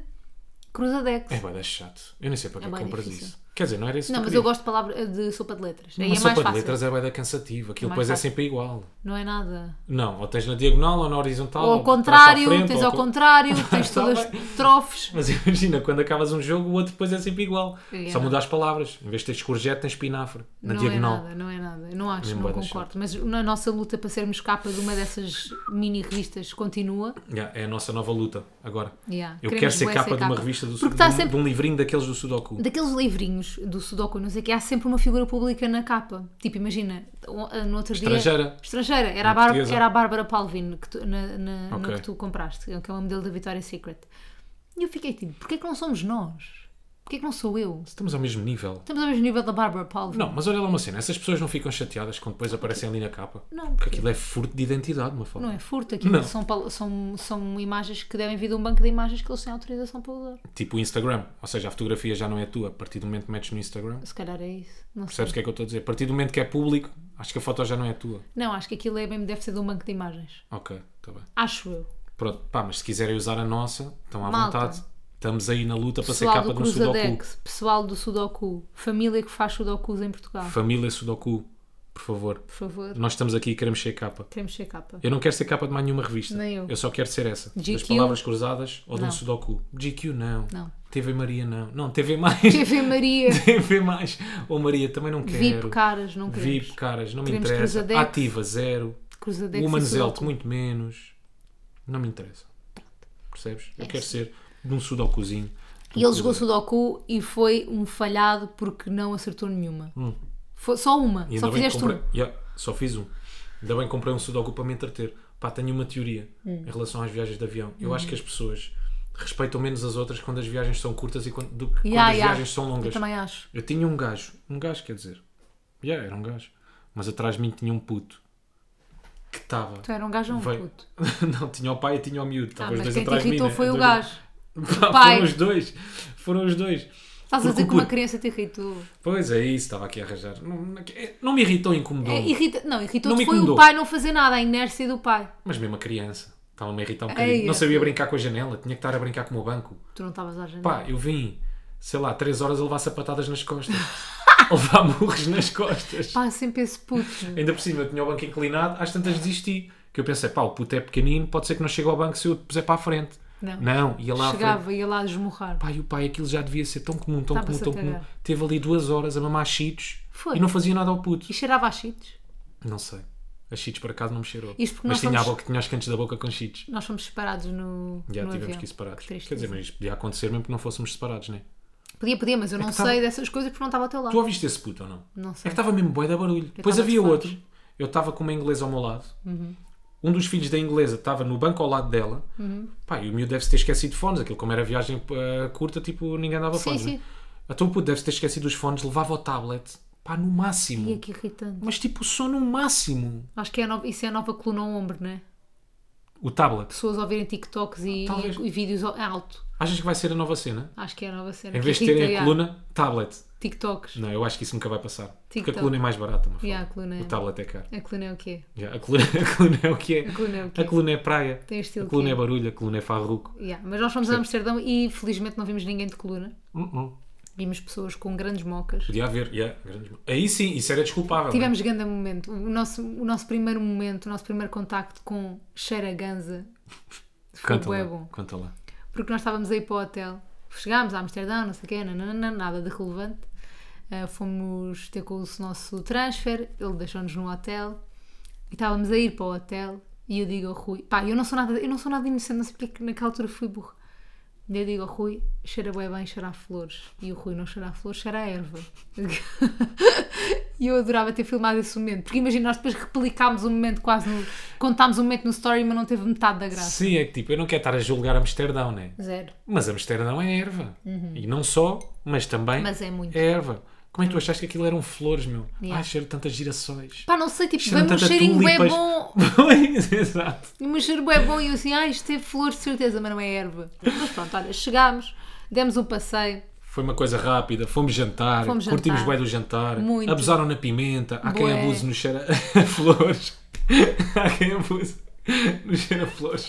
[SPEAKER 1] cruzadex.
[SPEAKER 2] É, vai dar chato. Eu nem sei para que é que
[SPEAKER 1] bué
[SPEAKER 2] compras
[SPEAKER 1] difícil.
[SPEAKER 2] isso. Quer dizer, não era isso
[SPEAKER 1] Não,
[SPEAKER 2] que
[SPEAKER 1] mas
[SPEAKER 2] queria.
[SPEAKER 1] eu gosto de palavra de sopa de letras. Aí
[SPEAKER 2] Uma
[SPEAKER 1] é
[SPEAKER 2] sopa
[SPEAKER 1] mais fácil.
[SPEAKER 2] de letras é bem da cansativo.
[SPEAKER 1] É
[SPEAKER 2] Aquilo
[SPEAKER 1] mais
[SPEAKER 2] depois é Tá
[SPEAKER 1] fácil.
[SPEAKER 2] sempre igual.
[SPEAKER 1] Não é nada.
[SPEAKER 2] Não, ou tens na diagonal ou na horizontal.
[SPEAKER 1] Ou ao
[SPEAKER 2] de trás
[SPEAKER 1] contrário,
[SPEAKER 2] para a frente,
[SPEAKER 1] tens
[SPEAKER 2] ou
[SPEAKER 1] ao
[SPEAKER 2] co-
[SPEAKER 1] contrário, tens
[SPEAKER 2] Está
[SPEAKER 1] todas
[SPEAKER 2] bem.
[SPEAKER 1] trofes.
[SPEAKER 2] <laughs> Mas imagina, quando acabas um jogo, o outro depois é sempre igual.
[SPEAKER 1] É,
[SPEAKER 2] Só
[SPEAKER 1] não.
[SPEAKER 2] muda as palavras. Em vez de teres corjeto, tens espinafre. Na
[SPEAKER 1] não
[SPEAKER 2] diagonal.
[SPEAKER 1] é nada, não é nada. Não acho,
[SPEAKER 2] Mesmo
[SPEAKER 1] não
[SPEAKER 2] bué da
[SPEAKER 1] concordo. Mas na nossa luta para sermos capa de uma dessas mini revistas continua.
[SPEAKER 2] Yeah, é a nossa nova luta agora.
[SPEAKER 1] Yeah,
[SPEAKER 2] Eu
[SPEAKER 1] queremos
[SPEAKER 2] quero ser
[SPEAKER 1] bué
[SPEAKER 2] capa de uma revista do
[SPEAKER 1] Porque
[SPEAKER 2] Sudoku.
[SPEAKER 1] está
[SPEAKER 2] De, um-
[SPEAKER 1] sempre.
[SPEAKER 2] de um livrinho daqueles do Sudoku.
[SPEAKER 1] Daqueles livrinhos do Sudoku, não sei o que, há sempre uma figura pública na capa. Tipo, imagina, o- no outro
[SPEAKER 2] Estrangeira.
[SPEAKER 1] dia. Estrangeira. Era a, Bar-
[SPEAKER 2] portuguesa.
[SPEAKER 1] era a Bárbara Palvin que tu- na, na- no
[SPEAKER 2] Ok.
[SPEAKER 1] que tu compraste, que é uma modelo da Victoria's Secret. E eu fiquei tipo, porquê que não somos nós? Porquê que não sou eu?
[SPEAKER 2] Estamos ao mesmo nível.
[SPEAKER 1] Estamos ao mesmo nível da Bárbara Palvin.
[SPEAKER 2] Não, mas olha lá uma cena. Essas pessoas não ficam chateadas quando depois aparecem ali na capa.
[SPEAKER 1] Não,
[SPEAKER 2] Porque
[SPEAKER 1] porque
[SPEAKER 2] aquilo é furto de identidade, uma forma.
[SPEAKER 1] não é furto aquilo.
[SPEAKER 2] Não.
[SPEAKER 1] São, pal- são, são imagens que devem vir de um banco de imagens que eles têm autorização para usar.
[SPEAKER 2] Tipo o Instagram. Ou seja, a fotografia já não é tua. A partir do momento que metes no Instagram.
[SPEAKER 1] Se calhar é isso. Não sei.
[SPEAKER 2] Percebes o que é que eu estou a dizer? A partir do momento que é público, Acho que a foto já não é tua.
[SPEAKER 1] Não, acho que aquilo é mesmo, deve ser de um banco de imagens.
[SPEAKER 2] Ok, está bem.
[SPEAKER 1] Acho eu.
[SPEAKER 2] Pronto, pá, mas se quiserem usar a nossa, estão à
[SPEAKER 1] Malta.
[SPEAKER 2] vontade. Estamos aí na luta para ser
[SPEAKER 1] Pessoal
[SPEAKER 2] capa
[SPEAKER 1] do
[SPEAKER 2] de um Sudoku.
[SPEAKER 1] Cruzadex, pessoal do Sudoku, família que faz Sudokus em Portugal.
[SPEAKER 2] Família Sudoku, por favor.
[SPEAKER 1] Por favor,
[SPEAKER 2] Nós estamos aqui e queremos ser capa.
[SPEAKER 1] queremos ser capa.
[SPEAKER 2] Eu não quero ser capa de mais nenhuma revista.
[SPEAKER 1] Nem eu.
[SPEAKER 2] só quero ser essa. Das
[SPEAKER 1] GQ?
[SPEAKER 2] palavras cruzadas ou de um
[SPEAKER 1] Não.
[SPEAKER 2] Sudoku. GQ não.
[SPEAKER 1] Não. <laughs>
[SPEAKER 2] TV Maria não. Não, TV mais.
[SPEAKER 1] TV Maria,
[SPEAKER 2] TV mais. Ou Maria, também não quero.
[SPEAKER 1] VIP, caras, não queremos.
[SPEAKER 2] VIP, caras, não me
[SPEAKER 1] Queremos
[SPEAKER 2] interessa.
[SPEAKER 1] Cruzadex.
[SPEAKER 2] Ativa zero.
[SPEAKER 1] Cruzadex e
[SPEAKER 2] Woman's Health,
[SPEAKER 1] Sudoku.
[SPEAKER 2] muito menos. Não me interessa. Percebes? Eu quero ser de um Sudokuzinho.
[SPEAKER 1] É
[SPEAKER 2] um
[SPEAKER 1] E ele jogou Sudoku e foi um falhado porque não acertou nenhuma. Foi só uma,
[SPEAKER 2] Hum. E ainda
[SPEAKER 1] só
[SPEAKER 2] bem que
[SPEAKER 1] fizeste
[SPEAKER 2] comprei...
[SPEAKER 1] uma.
[SPEAKER 2] Yeah, só fiz um. Ainda bem que comprei um Sudoku para me entreter. Pá, tenho uma teoria
[SPEAKER 1] Hum.
[SPEAKER 2] em relação às viagens de avião. Eu acho que as pessoas respeitam menos as outras quando as viagens são curtas e quando, do que quando
[SPEAKER 1] Yeah,
[SPEAKER 2] as
[SPEAKER 1] yeah.
[SPEAKER 2] viagens são
[SPEAKER 1] Eu
[SPEAKER 2] longas.
[SPEAKER 1] também acho.
[SPEAKER 2] Eu tinha um gajo, um gajo quer dizer, yeah, era um gajo, mas atrás de mim tinha um puto que estava.
[SPEAKER 1] Tu era um gajo ou um
[SPEAKER 2] Veio-
[SPEAKER 1] puto.
[SPEAKER 2] <laughs> não, tinha o pai e tinha o miúdo.
[SPEAKER 1] Ah,
[SPEAKER 2] Estavam os
[SPEAKER 1] mas
[SPEAKER 2] dois
[SPEAKER 1] quem te
[SPEAKER 2] atrás de mim,
[SPEAKER 1] irritou
[SPEAKER 2] né?
[SPEAKER 1] foi o
[SPEAKER 2] Dois- <laughs>
[SPEAKER 1] gajo.
[SPEAKER 2] Pá,
[SPEAKER 1] pai.
[SPEAKER 2] Foram os dois, foram os dois.
[SPEAKER 1] Estás a
[SPEAKER 2] Porque
[SPEAKER 1] dizer
[SPEAKER 2] o
[SPEAKER 1] que uma
[SPEAKER 2] puto-
[SPEAKER 1] criança te irritou.
[SPEAKER 2] Pois é, isso, estava aqui a arranjar. Não, não- é- não me irritou, incomodou.
[SPEAKER 1] É, irrita... Não,
[SPEAKER 2] Não me
[SPEAKER 1] irritou-te foi
[SPEAKER 2] incomodou.
[SPEAKER 1] o pai não fazer nada, a inércia do pai.
[SPEAKER 2] Mas mesmo a criança, estava-me a irritar um bocadinho.
[SPEAKER 1] Ei,
[SPEAKER 2] não
[SPEAKER 1] é.
[SPEAKER 2] sabia brincar com a janela, tinha que estar a brincar com o meu banco.
[SPEAKER 1] Tu não estavas à janela.
[SPEAKER 2] Pá, eu vim, sei lá, 3 horas a levar sapatadas nas costas, <laughs> a levar murros nas costas.
[SPEAKER 1] Pá, Ah, sempre esse puto.
[SPEAKER 2] <laughs>
[SPEAKER 1] meu.
[SPEAKER 2] Ainda por cima, eu tinha o banco inclinado, às tantas desisti. Que eu pensei, pá, o puto é pequenino, pode ser que não chegue ao banco se eu te puser para a frente.
[SPEAKER 1] Não.
[SPEAKER 2] ia lá à frente.
[SPEAKER 1] Chegava, ia lá esmurrar.
[SPEAKER 2] Pá, e o pai, aquilo já devia ser tão comum, tão
[SPEAKER 1] Estava-se
[SPEAKER 2] comum,
[SPEAKER 1] a
[SPEAKER 2] tão comum.
[SPEAKER 1] cagar.
[SPEAKER 2] Teve ali duas horas a mamar cheetos
[SPEAKER 1] Foi.
[SPEAKER 2] e não fazia nada ao puto.
[SPEAKER 1] E cheirava a cheetos.
[SPEAKER 2] Não sei. A cheetos por acaso não me cheirou.
[SPEAKER 1] Isto porque
[SPEAKER 2] Mas
[SPEAKER 1] nós
[SPEAKER 2] tinha a
[SPEAKER 1] somos-
[SPEAKER 2] boca, tinha os cantos da boca com cheetos.
[SPEAKER 1] Nós fomos separados no.
[SPEAKER 2] Já
[SPEAKER 1] no
[SPEAKER 2] tivemos
[SPEAKER 1] avião.
[SPEAKER 2] que ir separados.
[SPEAKER 1] Que tristeza.
[SPEAKER 2] Quer dizer, mas isto podia acontecer mesmo que não fôssemos separados, né?
[SPEAKER 1] Podia, podia, mas eu não
[SPEAKER 2] é que
[SPEAKER 1] sei
[SPEAKER 2] tava-
[SPEAKER 1] dessas coisas porque não estava ao teu lado.
[SPEAKER 2] Tu ouviste esse puto ou não?
[SPEAKER 1] Ah. Não
[SPEAKER 2] É que
[SPEAKER 1] sei.
[SPEAKER 2] estava mesmo bué da barulho. Depois
[SPEAKER 1] tava de Uhum.
[SPEAKER 2] havia
[SPEAKER 1] fones.
[SPEAKER 2] outro. Eu estava com uma inglesa ao meu lado. Um dos filhos da inglesa estava no banco ao lado dela.
[SPEAKER 1] Uhum.
[SPEAKER 2] Pá, e o miúdo deve-se ter esquecido de fones. Aquilo, como era viagem eh, curta, tipo, ninguém andava
[SPEAKER 1] Sim,
[SPEAKER 2] fones.
[SPEAKER 1] sim.
[SPEAKER 2] Né? Então o puto deve-se ter esquecido os fones, levava o tablet. Pá, no máximo.
[SPEAKER 1] E aqui é irritante.
[SPEAKER 2] Mas tipo, só no máximo.
[SPEAKER 1] Acho que é a nova- isso é a nova coluna ao ombro, né?
[SPEAKER 2] O tablet.
[SPEAKER 1] Pessoas a ouvirem TikToks e,
[SPEAKER 2] Talvez.
[SPEAKER 1] e- e vídeos ao- alto.
[SPEAKER 2] Achas que vai ser a nova cena?
[SPEAKER 1] Acho que é a nova cena.
[SPEAKER 2] Em
[SPEAKER 1] Que
[SPEAKER 2] vez de
[SPEAKER 1] irrita,
[SPEAKER 2] terem a
[SPEAKER 1] yeah.
[SPEAKER 2] coluna, tablet.
[SPEAKER 1] TikToks.
[SPEAKER 2] Não, eu acho que isso nunca vai passar. Porque a
[SPEAKER 1] TikTok.
[SPEAKER 2] coluna é mais barata, uma
[SPEAKER 1] Yeah, a coluna é-
[SPEAKER 2] O tablet é caro.
[SPEAKER 1] A coluna é o quê?
[SPEAKER 2] Yeah, a, coluna, <laughs> a coluna é o que é.
[SPEAKER 1] A coluna é o quê?
[SPEAKER 2] A coluna é praia.
[SPEAKER 1] Tem estilo
[SPEAKER 2] a coluna
[SPEAKER 1] que
[SPEAKER 2] é
[SPEAKER 1] é.
[SPEAKER 2] barulho, a coluna é farruco.
[SPEAKER 1] Yeah. Mas nós fomos a Amsterdão e felizmente não vimos ninguém de coluna.
[SPEAKER 2] Uh-uh.
[SPEAKER 1] Vimos pessoas com grandes mocas.
[SPEAKER 2] Podia haver. yeah, grandes mo- Aí sim, isso era desculpável. né?
[SPEAKER 1] Tivemos grande momento. O nosso, o nosso primeiro momento, o nosso primeiro contacto com cheira a
[SPEAKER 2] <laughs>
[SPEAKER 1] ganza foi
[SPEAKER 2] Canta
[SPEAKER 1] bué
[SPEAKER 2] lá,
[SPEAKER 1] bom.
[SPEAKER 2] canta lá.
[SPEAKER 1] Porque nós estávamos aí para o hotel. Chegámos a Amsterdão, não sei o quê, nananana, nada de relevante. Ah, fomos ter com o nosso transfer, ele deixou-nos no hotel. E estávamos a ir para o hotel e eu digo ao Rui, pá, eu não sou nada, eu não sou nada inocente, não sei porque é que naquela altura fui burro. E eu digo ao Rui, cheira bem bem, cheira a flores. E o Rui não cheira a flores, cheira a erva. <laughs> e eu adorava ter filmado esse momento, porque imagina, nós depois replicámos o momento quase no, contámos o momento no story, mas não teve metade da graça.
[SPEAKER 2] Sim, é que tipo, eu não quero estar a julgar Amsterdão, né?
[SPEAKER 1] Zero.
[SPEAKER 2] Mas Amsterdão é erva. E não só, mas também
[SPEAKER 1] Uhum. Mas é muito. Uhum.
[SPEAKER 2] erva. Como é que tu achaste que aquilo eram flores, meu?
[SPEAKER 1] Yeah.
[SPEAKER 2] Ai, cheiro de tantas girassóis.
[SPEAKER 1] Pá, não sei, tipo,
[SPEAKER 2] Cheiro
[SPEAKER 1] veio
[SPEAKER 2] de
[SPEAKER 1] um
[SPEAKER 2] tanta
[SPEAKER 1] cheirinho bem
[SPEAKER 2] tulipas.
[SPEAKER 1] bom,
[SPEAKER 2] <laughs> Pois, <laughs> exato.
[SPEAKER 1] um cheiro bem bom, e eu assim, ah, isto teve flor de certeza, mas não é erva. Mas pronto, olha, chegámos, demos um passeio,
[SPEAKER 2] Foi uma coisa rápida, fomos jantar,
[SPEAKER 1] Fomos jantar.
[SPEAKER 2] curtimos bem do jantar,
[SPEAKER 1] Muito.
[SPEAKER 2] abusaram na pimenta, há quem
[SPEAKER 1] Bué.
[SPEAKER 2] abuse no cheiro a <laughs> flores, há quem abuse no cheiro a flores.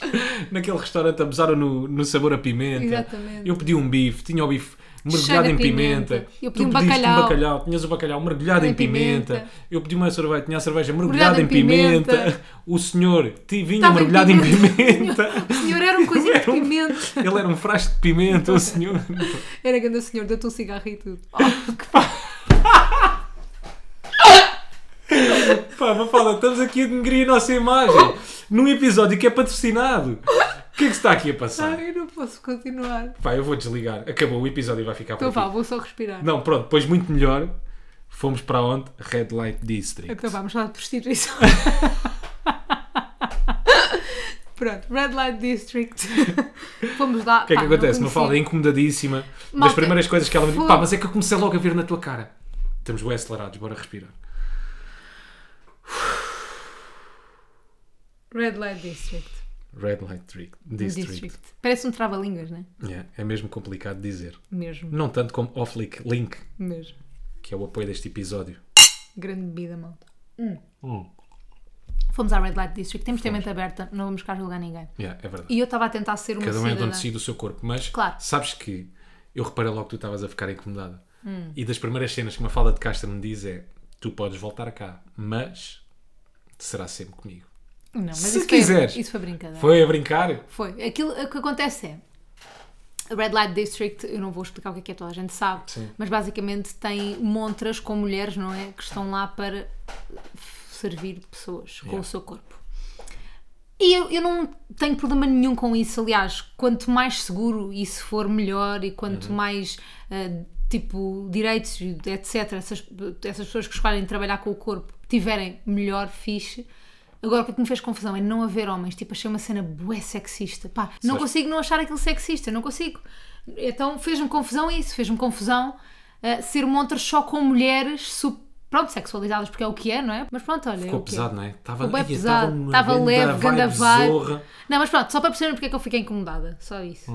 [SPEAKER 2] Naquele restaurante abusaram no, no sabor a pimenta.
[SPEAKER 1] Exatamente.
[SPEAKER 2] Eu pedi um bife, tinha o bife mergulhado
[SPEAKER 1] Cheiro a
[SPEAKER 2] em pimenta.
[SPEAKER 1] pimenta. Eu pedi
[SPEAKER 2] tu
[SPEAKER 1] um
[SPEAKER 2] pediste
[SPEAKER 1] bacalhau.
[SPEAKER 2] um bacalhau, tinhas o bacalhau mergulhado em
[SPEAKER 1] Em
[SPEAKER 2] pimenta.
[SPEAKER 1] pimenta.
[SPEAKER 2] Eu pedi uma cerveja, tinha a cerveja mergulhada em
[SPEAKER 1] Mergulhado em
[SPEAKER 2] pimenta.
[SPEAKER 1] pimenta.
[SPEAKER 2] O senhor ti- vinha
[SPEAKER 1] Estava em
[SPEAKER 2] mergulhado em
[SPEAKER 1] pimenta.
[SPEAKER 2] pimenta.
[SPEAKER 1] O senhor
[SPEAKER 2] <laughs>
[SPEAKER 1] era um coisinho de
[SPEAKER 2] Era um-
[SPEAKER 1] pimenta.
[SPEAKER 2] Ele era um frasco de pimenta, o senhor.
[SPEAKER 1] Era grande o senhor, deu-te um cigarro e tudo.
[SPEAKER 2] Oh,
[SPEAKER 1] <laughs>
[SPEAKER 2] Pá, Mafalda, estamos aqui a denegrir a nossa imagem num episódio que é patrocinado. O que é que se está aqui a passar?
[SPEAKER 1] Ai, eu não posso continuar.
[SPEAKER 2] Pá, eu vou desligar. Acabou o episódio e vai ficar por
[SPEAKER 1] Então vá,
[SPEAKER 2] aqui.
[SPEAKER 1] vou só respirar.
[SPEAKER 2] Não, pronto, depois muito melhor. Fomos para onde? Red Light District.
[SPEAKER 1] Acabámos Então lá de
[SPEAKER 2] <laughs>
[SPEAKER 1] prostituição. Pronto, Red Light
[SPEAKER 2] <laughs>
[SPEAKER 1] District. Fomos lá.
[SPEAKER 2] O que é que acontece? Mafalda é incomodadíssima. das
[SPEAKER 1] Malta,
[SPEAKER 2] primeiras coisas que ela me disse.
[SPEAKER 1] foi-
[SPEAKER 2] Pá, mas é que eu comecei logo a ver na tua cara. Estamos bem acelerados, bora respirar.
[SPEAKER 1] Red Light District.
[SPEAKER 2] Red Light Tri- District.
[SPEAKER 1] District. Parece um trava-línguas, né?
[SPEAKER 2] Yeah, é mesmo complicado de dizer.
[SPEAKER 1] Mesmo,
[SPEAKER 2] Não tanto como Off-Link Link,
[SPEAKER 1] mesmo.
[SPEAKER 2] que é o apoio deste episódio.
[SPEAKER 1] Grande bebida, malta.
[SPEAKER 2] Hum.
[SPEAKER 1] Fomos à Red Light District, temos de ter mente aberta, não vamos cá julgar ninguém.
[SPEAKER 2] Yeah, é verdade.
[SPEAKER 1] E eu estava a tentar ser uma
[SPEAKER 2] Cada um é
[SPEAKER 1] cidadã.
[SPEAKER 2] onde decide o seu corpo. Mas
[SPEAKER 1] Claro.
[SPEAKER 2] sabes que eu reparei logo que tu estavas a ficar incomodada.
[SPEAKER 1] Hum.
[SPEAKER 2] E das primeiras cenas que uma falda de Castro me diz é: tu podes voltar cá, mas será sempre comigo.
[SPEAKER 1] Não, mas
[SPEAKER 2] Se
[SPEAKER 1] isso foi-
[SPEAKER 2] quiseres.
[SPEAKER 1] isso foi brincadeira.
[SPEAKER 2] Foi a brincar?
[SPEAKER 1] Foi. Aquilo É. o que acontece é. A Red Light District, eu não vou explicar o que é que é, toda a gente sabe,
[SPEAKER 2] Sim.
[SPEAKER 1] mas basicamente tem montras com mulheres, não é? Que estão lá para servir pessoas com o seu corpo. E eu, eu não tenho problema nenhum com isso, aliás, quanto mais seguro isso for, melhor, e quanto
[SPEAKER 2] Uhum.
[SPEAKER 1] mais, ah, tipo, direitos, etc., essas, essas pessoas que escolhem trabalhar com o corpo tiverem melhor, fixe. Agora, o que é que me fez confusão é não haver homens, tipo, achei uma cena bué sexista, pá, não
[SPEAKER 2] Certo.
[SPEAKER 1] consigo não achar aquilo sexista, não consigo. Então, fez-me confusão isso, fez-me confusão ah, ser montras só com mulheres, su- pronto, sexualizadas, porque é o que é, não é? Mas pronto, olha, é
[SPEAKER 2] Ficou
[SPEAKER 1] o que é.
[SPEAKER 2] pesado, não é? Estava
[SPEAKER 1] Foi bem
[SPEAKER 2] Ia,
[SPEAKER 1] pesado,
[SPEAKER 2] numa
[SPEAKER 1] estava leve, ganda
[SPEAKER 2] vibe
[SPEAKER 1] vibe.
[SPEAKER 2] zorra. Uhum.
[SPEAKER 1] Não, mas pronto, só para perceberem porque é que eu fiquei incomodada, só isso.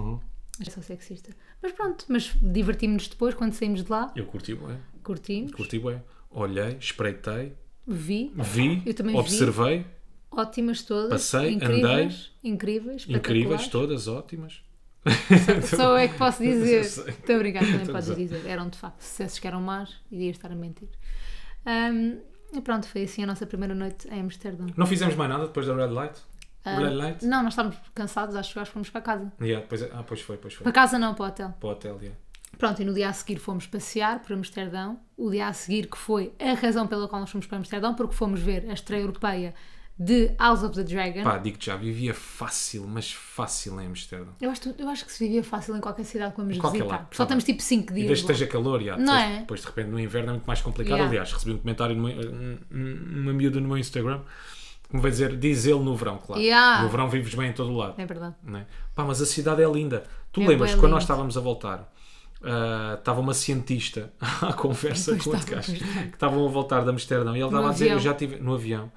[SPEAKER 1] Eu sou sexista. Mas pronto, mas divertimos-nos depois quando saímos de lá,
[SPEAKER 2] Eu curti, bué.
[SPEAKER 1] curtimos,
[SPEAKER 2] Curti, bué. Olhei, espreitei,
[SPEAKER 1] vi,
[SPEAKER 2] vi,
[SPEAKER 1] Eu também vi.
[SPEAKER 2] observei.
[SPEAKER 1] ótimas todas,
[SPEAKER 2] Passei,
[SPEAKER 1] incríveis, incríveis,
[SPEAKER 2] Incríveis,
[SPEAKER 1] espetaculares.
[SPEAKER 2] todas ótimas.
[SPEAKER 1] Só é que posso dizer.
[SPEAKER 2] <laughs> Eu sei.
[SPEAKER 1] Estou a brincar, também
[SPEAKER 2] Estou a
[SPEAKER 1] podes
[SPEAKER 2] gozar.
[SPEAKER 1] dizer. Eram de facto sucessos que eram más, iria estar a mentir. Ahm, e pronto, foi assim a nossa primeira noite em Amsterdão.
[SPEAKER 2] Não fizemos mais nada depois da Red Light?
[SPEAKER 1] Ahm,
[SPEAKER 2] Red Light?
[SPEAKER 1] Não, nós estávamos cansados, acho que acho que fomos para casa.
[SPEAKER 2] Yeah, depois, ah, pois foi, pois foi.
[SPEAKER 1] Para casa não, para o hotel.
[SPEAKER 2] Para o hotel, yeah.
[SPEAKER 1] Pronto, e no dia a seguir fomos passear por Amsterdão. O dia a seguir que foi a razão pela qual nós fomos para Amsterdão, porque fomos ver a estreia europeia de House of the Dragon.
[SPEAKER 2] Pá, digo já, vivia fácil, mas fácil em Amsterdão.
[SPEAKER 1] Eu acho, eu acho que se vivia fácil em qualquer cidade que vamos
[SPEAKER 2] Qualquer
[SPEAKER 1] visitar.
[SPEAKER 2] lado,
[SPEAKER 1] Só
[SPEAKER 2] tá bem.
[SPEAKER 1] estamos tipo 5 dias.
[SPEAKER 2] E desde que
[SPEAKER 1] lá.
[SPEAKER 2] esteja calor, yeah.
[SPEAKER 1] Não
[SPEAKER 2] depois,
[SPEAKER 1] é?
[SPEAKER 2] depois de repente no inverno é muito mais complicado.
[SPEAKER 1] Yeah.
[SPEAKER 2] Aliás, recebi um comentário, no meu- um- um- uma miúda no meu Instagram que me vai dizer, diz ele no verão, claro.
[SPEAKER 1] Yeah.
[SPEAKER 2] No verão vives bem em todo o lado.
[SPEAKER 1] É verdade.
[SPEAKER 2] né? Pá, mas a cidade é linda. Tu
[SPEAKER 1] É
[SPEAKER 2] lembras
[SPEAKER 1] bué
[SPEAKER 2] quando nós
[SPEAKER 1] lindo.
[SPEAKER 2] estávamos a voltar? ah, Estava uma cientista <laughs> à conversa
[SPEAKER 1] Pois
[SPEAKER 2] com outro
[SPEAKER 1] Então estava,
[SPEAKER 2] gajo
[SPEAKER 1] pois
[SPEAKER 2] que estavam a voltar de Amsterdão e ela estava a dizer:
[SPEAKER 1] avião.
[SPEAKER 2] Eu já tive no avião,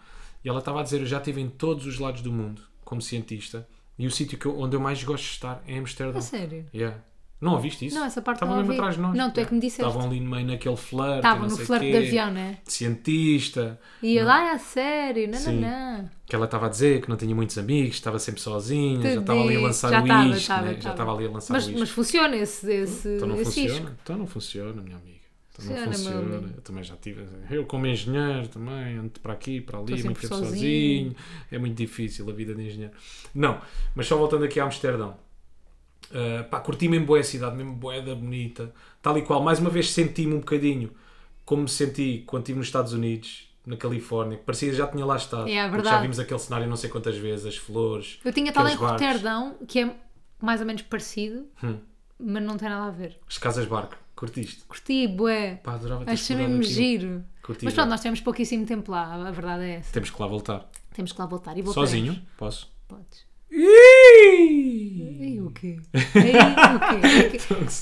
[SPEAKER 2] e ela estava a dizer: Eu já estive em todos os lados do mundo como cientista e o sítio que eu- onde eu mais gosto de estar é em Amsterdão.
[SPEAKER 1] A sério.
[SPEAKER 2] Yeah. Não ouviste isso?
[SPEAKER 1] Não, essa parte
[SPEAKER 2] Estavam
[SPEAKER 1] não
[SPEAKER 2] mesmo
[SPEAKER 1] ouvi.
[SPEAKER 2] atrás de nós.
[SPEAKER 1] Não, tu é que me disseste.
[SPEAKER 2] Estavam ali no meio naquele flerte.
[SPEAKER 1] Estavam
[SPEAKER 2] não
[SPEAKER 1] no
[SPEAKER 2] sei
[SPEAKER 1] flerte
[SPEAKER 2] quê,
[SPEAKER 1] de avião, né?
[SPEAKER 2] de Cientista.
[SPEAKER 1] E eu lá, "Ah, a sério, não,
[SPEAKER 2] Sim.
[SPEAKER 1] não, não.
[SPEAKER 2] que ela estava a dizer que não tinha muitos amigos, estava sempre sozinha, já estava ali a
[SPEAKER 1] Tadinho.
[SPEAKER 2] lançar
[SPEAKER 1] Já
[SPEAKER 2] o
[SPEAKER 1] estava,
[SPEAKER 2] isco,
[SPEAKER 1] estava,
[SPEAKER 2] né? já
[SPEAKER 1] estava.
[SPEAKER 2] estava ali a lançar
[SPEAKER 1] Mas,
[SPEAKER 2] o isco.
[SPEAKER 1] mas funciona esse, esse,
[SPEAKER 2] então não
[SPEAKER 1] esse
[SPEAKER 2] funciona,
[SPEAKER 1] isco.
[SPEAKER 2] então não funciona, minha amiga. Então não
[SPEAKER 1] Funciona, meu
[SPEAKER 2] funciona.
[SPEAKER 1] amigo.
[SPEAKER 2] Eu também já tive. Eu, como engenheiro, também ando para aqui, para ali,
[SPEAKER 1] Estou
[SPEAKER 2] muito
[SPEAKER 1] sempre
[SPEAKER 2] tempo sozinho.
[SPEAKER 1] sozinho.
[SPEAKER 2] É muito difícil a vida de engenheiro. Não, mas só voltando aqui a Amsterdão. Uh, pá, curti mesmo boé a cidade, mesmo boé da bonita, tal e qual. Mais uma vez senti-me um bocadinho como me senti quando estive nos Estados Unidos, na Califórnia, que parecia que já tinha lá estado.
[SPEAKER 1] É, é
[SPEAKER 2] porque já
[SPEAKER 1] verdade.
[SPEAKER 2] vimos aquele cenário não sei quantas vezes, as flores.
[SPEAKER 1] Eu tinha estado em
[SPEAKER 2] aqueles barcos,
[SPEAKER 1] Roterdão, que é mais ou menos parecido,
[SPEAKER 2] Hum.
[SPEAKER 1] mas não tem nada a ver.
[SPEAKER 2] As casas barco, curtiste?
[SPEAKER 1] Curti, bué.
[SPEAKER 2] Pá, adorava ter
[SPEAKER 1] Achei
[SPEAKER 2] explorado
[SPEAKER 1] mesmo
[SPEAKER 2] aquilo.
[SPEAKER 1] giro.
[SPEAKER 2] Curti,
[SPEAKER 1] Mas
[SPEAKER 2] bué.
[SPEAKER 1] pronto, nós temos pouquíssimo tempo lá, a verdade é essa.
[SPEAKER 2] Temos que lá voltar.
[SPEAKER 1] Temos que lá voltar e voltar.
[SPEAKER 2] Sozinho? Posso?
[SPEAKER 1] Podes. Aí o quê? Aí o quê?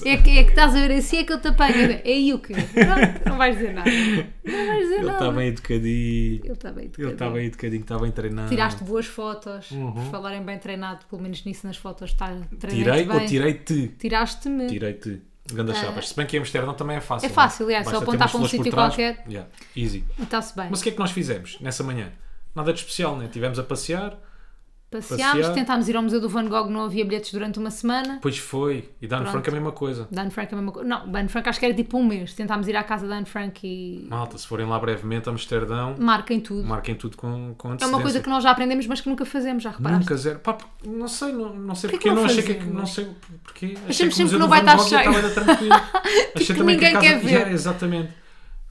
[SPEAKER 1] É que, é que estás a ver assim é que eu te apanho. É Aí o quê? Pronto, não vais dizer nada. Não vais dizer
[SPEAKER 2] Ele
[SPEAKER 1] nada.
[SPEAKER 2] está bem educadinho.
[SPEAKER 1] Ele está bem.
[SPEAKER 2] Ele está bem Uhum. educadinho, está bem treinado.
[SPEAKER 1] Tiraste boas fotos, por falarem bem treinado, pelo menos nisso nas fotos está treinado.
[SPEAKER 2] Tirei
[SPEAKER 1] bem.
[SPEAKER 2] ou tirei-te?
[SPEAKER 1] Tiraste-me.
[SPEAKER 2] Tirei-te. Ganda chapas. Se bem que em Amsterdão também é fácil.
[SPEAKER 1] É fácil,
[SPEAKER 2] não
[SPEAKER 1] é, só
[SPEAKER 2] Basta ter
[SPEAKER 1] apontar
[SPEAKER 2] umas
[SPEAKER 1] para um
[SPEAKER 2] flores por
[SPEAKER 1] sítio
[SPEAKER 2] trás.
[SPEAKER 1] qualquer.
[SPEAKER 2] Yeah, Easy.
[SPEAKER 1] E Está-se bem.
[SPEAKER 2] Mas o que é que nós fizemos nessa manhã? Nada de especial, né? Tivemos a passear,
[SPEAKER 1] Passeámos,
[SPEAKER 2] passear.
[SPEAKER 1] tentámos ir ao Museu do Van Gogh, não havia bilhetes durante uma semana.
[SPEAKER 2] depois foi. E Dan
[SPEAKER 1] Pronto.
[SPEAKER 2] Franco é a mesma coisa.
[SPEAKER 1] Dan Frank é a mesma coisa. Não, Dan Frank acho que era tipo um mês. Tentámos ir à casa de Dan Frank e
[SPEAKER 2] Malta, se forem lá brevemente a Amsterdão,
[SPEAKER 1] marquem tudo.
[SPEAKER 2] marquem tudo com, com
[SPEAKER 1] Hum. É uma coisa que nós já aprendemos, mas que nunca fazemos, já reparaste?
[SPEAKER 2] Nunca zero. Pá, porque- não sei, não, não
[SPEAKER 1] Porquê
[SPEAKER 2] sei porque.
[SPEAKER 1] que não
[SPEAKER 2] não achei que.
[SPEAKER 1] fazemos?
[SPEAKER 2] Não sei porque.
[SPEAKER 1] Achamos sempre que não vai estar cheio. <laughs>
[SPEAKER 2] achei
[SPEAKER 1] que
[SPEAKER 2] também que
[SPEAKER 1] ninguém
[SPEAKER 2] a casa-
[SPEAKER 1] quer ver.
[SPEAKER 2] Yeah, exatamente.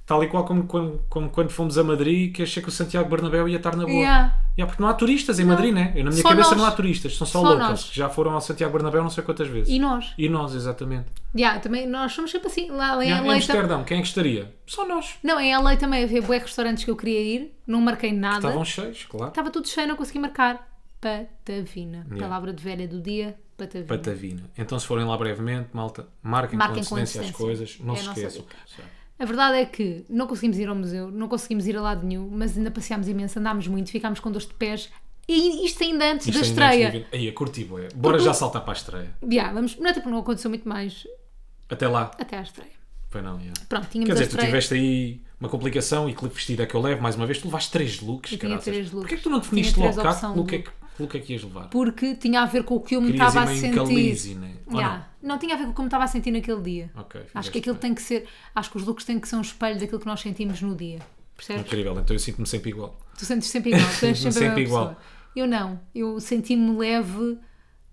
[SPEAKER 2] Tal e qual como, como, como quando fomos a Madrid, que achei que o Santiago Bernabéu ia estar na boa.
[SPEAKER 1] Yeah.
[SPEAKER 2] Yeah, porque não há turistas em Madrid, né? Eu, na minha
[SPEAKER 1] Só
[SPEAKER 2] cabeça
[SPEAKER 1] nós.
[SPEAKER 2] não há turistas, são só,
[SPEAKER 1] Só
[SPEAKER 2] locals
[SPEAKER 1] nós.
[SPEAKER 2] que já foram ao Santiago Bernabéu não sei quantas vezes.
[SPEAKER 1] E nós?
[SPEAKER 2] E nós, exatamente.
[SPEAKER 1] Yeah, também, nós somos sempre assim. Lá em
[SPEAKER 2] Yeah, em
[SPEAKER 1] LA também.
[SPEAKER 2] Amsterdão, quem é que estaria? Só nós.
[SPEAKER 1] Não, em LA também havia bué restaurantes que eu queria ir, não é? Tá. marquei nada.
[SPEAKER 2] Estavam cheios, claro.
[SPEAKER 1] Estava tudo cheio, não consegui marcar. Patavina.
[SPEAKER 2] Yeah.
[SPEAKER 1] Palavra de velha do dia, patavina.
[SPEAKER 2] Patavina. Então, se forem lá brevemente, malta, marquem,
[SPEAKER 1] Marquem com
[SPEAKER 2] com antecedência as
[SPEAKER 1] antecedência.
[SPEAKER 2] coisas, não
[SPEAKER 1] É a
[SPEAKER 2] se
[SPEAKER 1] nossa
[SPEAKER 2] esqueçam.
[SPEAKER 1] dica.
[SPEAKER 2] Sabe?
[SPEAKER 1] A verdade é que não conseguimos ir ao museu, não conseguimos ir a lado nenhum, mas ainda passeámos imenso, andámos muito, ficámos com dores de pés. E isto ainda antes da
[SPEAKER 2] Isto ainda antes
[SPEAKER 1] estreia.
[SPEAKER 2] de vir- Aí, eu curti, bué. Bora já saltar para a estreia.
[SPEAKER 1] Yeah, vamos, não é tipo, não aconteceu muito mais
[SPEAKER 2] Até lá.
[SPEAKER 1] até à estreia.
[SPEAKER 2] Foi não, yeah.
[SPEAKER 1] Pronto, tínhamos
[SPEAKER 2] Quer dizer,
[SPEAKER 1] a
[SPEAKER 2] tu
[SPEAKER 1] estreia.
[SPEAKER 2] tiveste aí uma complicação e que vestido é que eu levo? Mais uma vez, tu levaste três looks,
[SPEAKER 1] Eu tinha
[SPEAKER 2] caraças.
[SPEAKER 1] três looks.
[SPEAKER 2] Porquê é que tu não definiste
[SPEAKER 1] Tinha
[SPEAKER 2] logo
[SPEAKER 1] três
[SPEAKER 2] cá
[SPEAKER 1] opção
[SPEAKER 2] que look,
[SPEAKER 1] de
[SPEAKER 2] é que, que look é que ias levar?
[SPEAKER 1] Porque tinha a ver com o que eu me
[SPEAKER 2] Querias
[SPEAKER 1] estava
[SPEAKER 2] ir
[SPEAKER 1] a
[SPEAKER 2] meio
[SPEAKER 1] sentir.
[SPEAKER 2] calizi, né? Ou
[SPEAKER 1] Yeah. não? tinha a ver com o que eu me estava a sentir naquele dia.
[SPEAKER 2] Ok,
[SPEAKER 1] acho
[SPEAKER 2] fizeste
[SPEAKER 1] que aquilo
[SPEAKER 2] bem.
[SPEAKER 1] tem que ser. Acho que os looks têm que ser um espelho daquilo que nós sentimos no dia. Percebes?
[SPEAKER 2] Incrível, então eu sinto-me sempre igual.
[SPEAKER 1] Tu sentes sempre igual, tu
[SPEAKER 2] <laughs>
[SPEAKER 1] és sempre, a
[SPEAKER 2] Sempre
[SPEAKER 1] mesma
[SPEAKER 2] igual.
[SPEAKER 1] pessoa. Eu não, eu senti-me leve,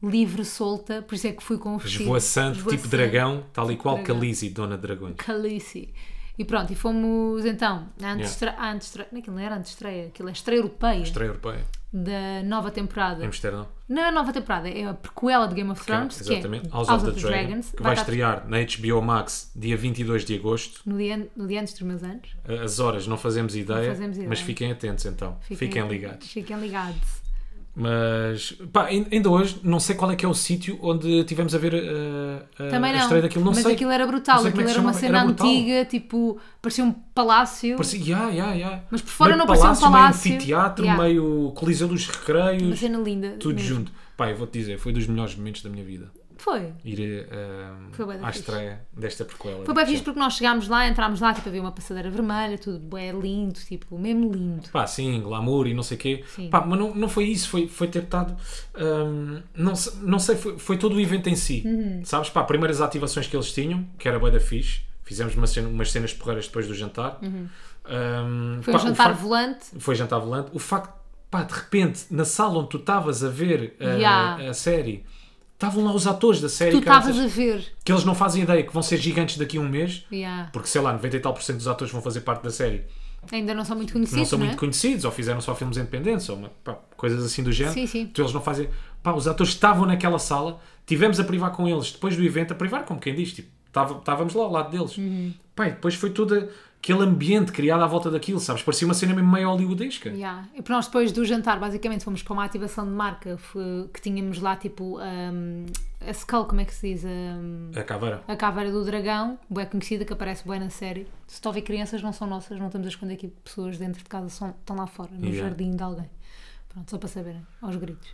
[SPEAKER 1] livre, solta, por isso é que fui com o vestido.
[SPEAKER 2] Esvoaçante, tipo
[SPEAKER 1] Esvoaçante.
[SPEAKER 2] dragão, tal e qual
[SPEAKER 1] Tipo dragão.
[SPEAKER 2] Khaleesi, dona de dragões.
[SPEAKER 1] Calice. E pronto, e fomos então à antestre- à antestreia. Naquilo não era antestreia, aquilo é estreia europeia
[SPEAKER 2] Estreia europeia,
[SPEAKER 1] da nova temporada.
[SPEAKER 2] em Amsterdão.
[SPEAKER 1] Não é a nova temporada, é a prequela de Game of Thrones, que é
[SPEAKER 2] Exatamente, House, of, the, Dragon, que
[SPEAKER 1] vai
[SPEAKER 2] vai
[SPEAKER 1] estar
[SPEAKER 2] estrear na HBO Max dia 22 de agosto.
[SPEAKER 1] no dia, no dia antes dos meus anos.
[SPEAKER 2] As horas não fazemos ideia,
[SPEAKER 1] fazemos ideia.
[SPEAKER 2] mas fiquem atentos então, fiquem, ligados. Ah,
[SPEAKER 1] Fiquem ligados.
[SPEAKER 2] Mas, pá, ain- ainda hoje não sei qual é que é o sítio onde tivemos a ver uh, uh,
[SPEAKER 1] Também
[SPEAKER 2] a
[SPEAKER 1] não,
[SPEAKER 2] estreia daquilo, não
[SPEAKER 1] mas
[SPEAKER 2] sei.
[SPEAKER 1] aquilo era
[SPEAKER 2] Não
[SPEAKER 1] brutal,
[SPEAKER 2] sei como é
[SPEAKER 1] aquilo
[SPEAKER 2] que
[SPEAKER 1] era uma
[SPEAKER 2] chamava,
[SPEAKER 1] cena
[SPEAKER 2] era brutal.
[SPEAKER 1] antiga, tipo, parecia um palácio.
[SPEAKER 2] Parecia- yeah, yeah, yeah.
[SPEAKER 1] Mas por fora
[SPEAKER 2] meio
[SPEAKER 1] não parecia um palácio.
[SPEAKER 2] Meio anfiteatro,
[SPEAKER 1] Yeah.
[SPEAKER 2] meio coliseu dos
[SPEAKER 1] Uma
[SPEAKER 2] recreios,
[SPEAKER 1] cena linda.
[SPEAKER 2] tudo
[SPEAKER 1] mesmo.
[SPEAKER 2] junto. Pá, eu vou-te dizer, foi dos melhores momentos da minha vida.
[SPEAKER 1] Foi.
[SPEAKER 2] Ir uh,
[SPEAKER 1] Foi bué da
[SPEAKER 2] à
[SPEAKER 1] fixe.
[SPEAKER 2] estreia desta prequela.
[SPEAKER 1] Foi bem fixe porque nós chegámos lá, entrámos lá, tipo, havia uma passadeira vermelha, tudo é lindo, tipo, mesmo lindo.
[SPEAKER 2] Pá, sim, glamour e não sei o quê.
[SPEAKER 1] Sim.
[SPEAKER 2] Pá, mas não, não foi isso, foi, foi ter estado. hum, não, se- não sei, foi, foi todo o evento em si.
[SPEAKER 1] Uhum.
[SPEAKER 2] Sabes? Pá, primeiras ativações que eles tinham, que era bué da fixe. Fizemos uma cena- umas cenas porreiras depois do jantar. Hum,
[SPEAKER 1] Uhum. Foi
[SPEAKER 2] pá,
[SPEAKER 1] um
[SPEAKER 2] o
[SPEAKER 1] jantar
[SPEAKER 2] facto-
[SPEAKER 1] volante.
[SPEAKER 2] Foi jantar volante. O facto, pá, de repente, na sala onde tu estavas a ver a,
[SPEAKER 1] Yeah.
[SPEAKER 2] a série, estavam lá os atores da série
[SPEAKER 1] Tu
[SPEAKER 2] caraças,
[SPEAKER 1] estavas a ver.
[SPEAKER 2] que eles não fazem ideia que vão ser gigantes daqui a um mês,
[SPEAKER 1] Yeah.
[SPEAKER 2] porque sei lá, 90 e tal por cento dos atores vão fazer parte da série
[SPEAKER 1] Ainda não são muito
[SPEAKER 2] não
[SPEAKER 1] conhecidos,
[SPEAKER 2] são
[SPEAKER 1] não é?
[SPEAKER 2] muito conhecidos, ou fizeram só filmes independentes, ou uma- pá, coisas assim do género.
[SPEAKER 1] Sim, sim.
[SPEAKER 2] Então eles não fazem. Pá, os atores estavam naquela sala, tivemos a privar com eles depois do evento, a privar, como quem diz, tipo, tava- estávamos lá ao lado deles.
[SPEAKER 1] Uhum.
[SPEAKER 2] Pá, e depois foi todo aquele ambiente criado à volta daquilo, sabes? Parecia uma cena mesmo meio hollywoodesca.
[SPEAKER 1] Yeah. E nós depois do jantar, basicamente, fomos para uma ativação de marca f- que tínhamos lá, tipo, um, a Skull, como é que se diz? Um,
[SPEAKER 2] A caveira.
[SPEAKER 1] a Caveira do Dragão, bué conhecida, que aparece bué na série. Se estão a ver crianças, não são nossas, não estamos a esconder aqui pessoas dentro de casa, são, estão lá fora, no
[SPEAKER 2] Yeah.
[SPEAKER 1] jardim de alguém. Pronto, só para saberem, aos gritos.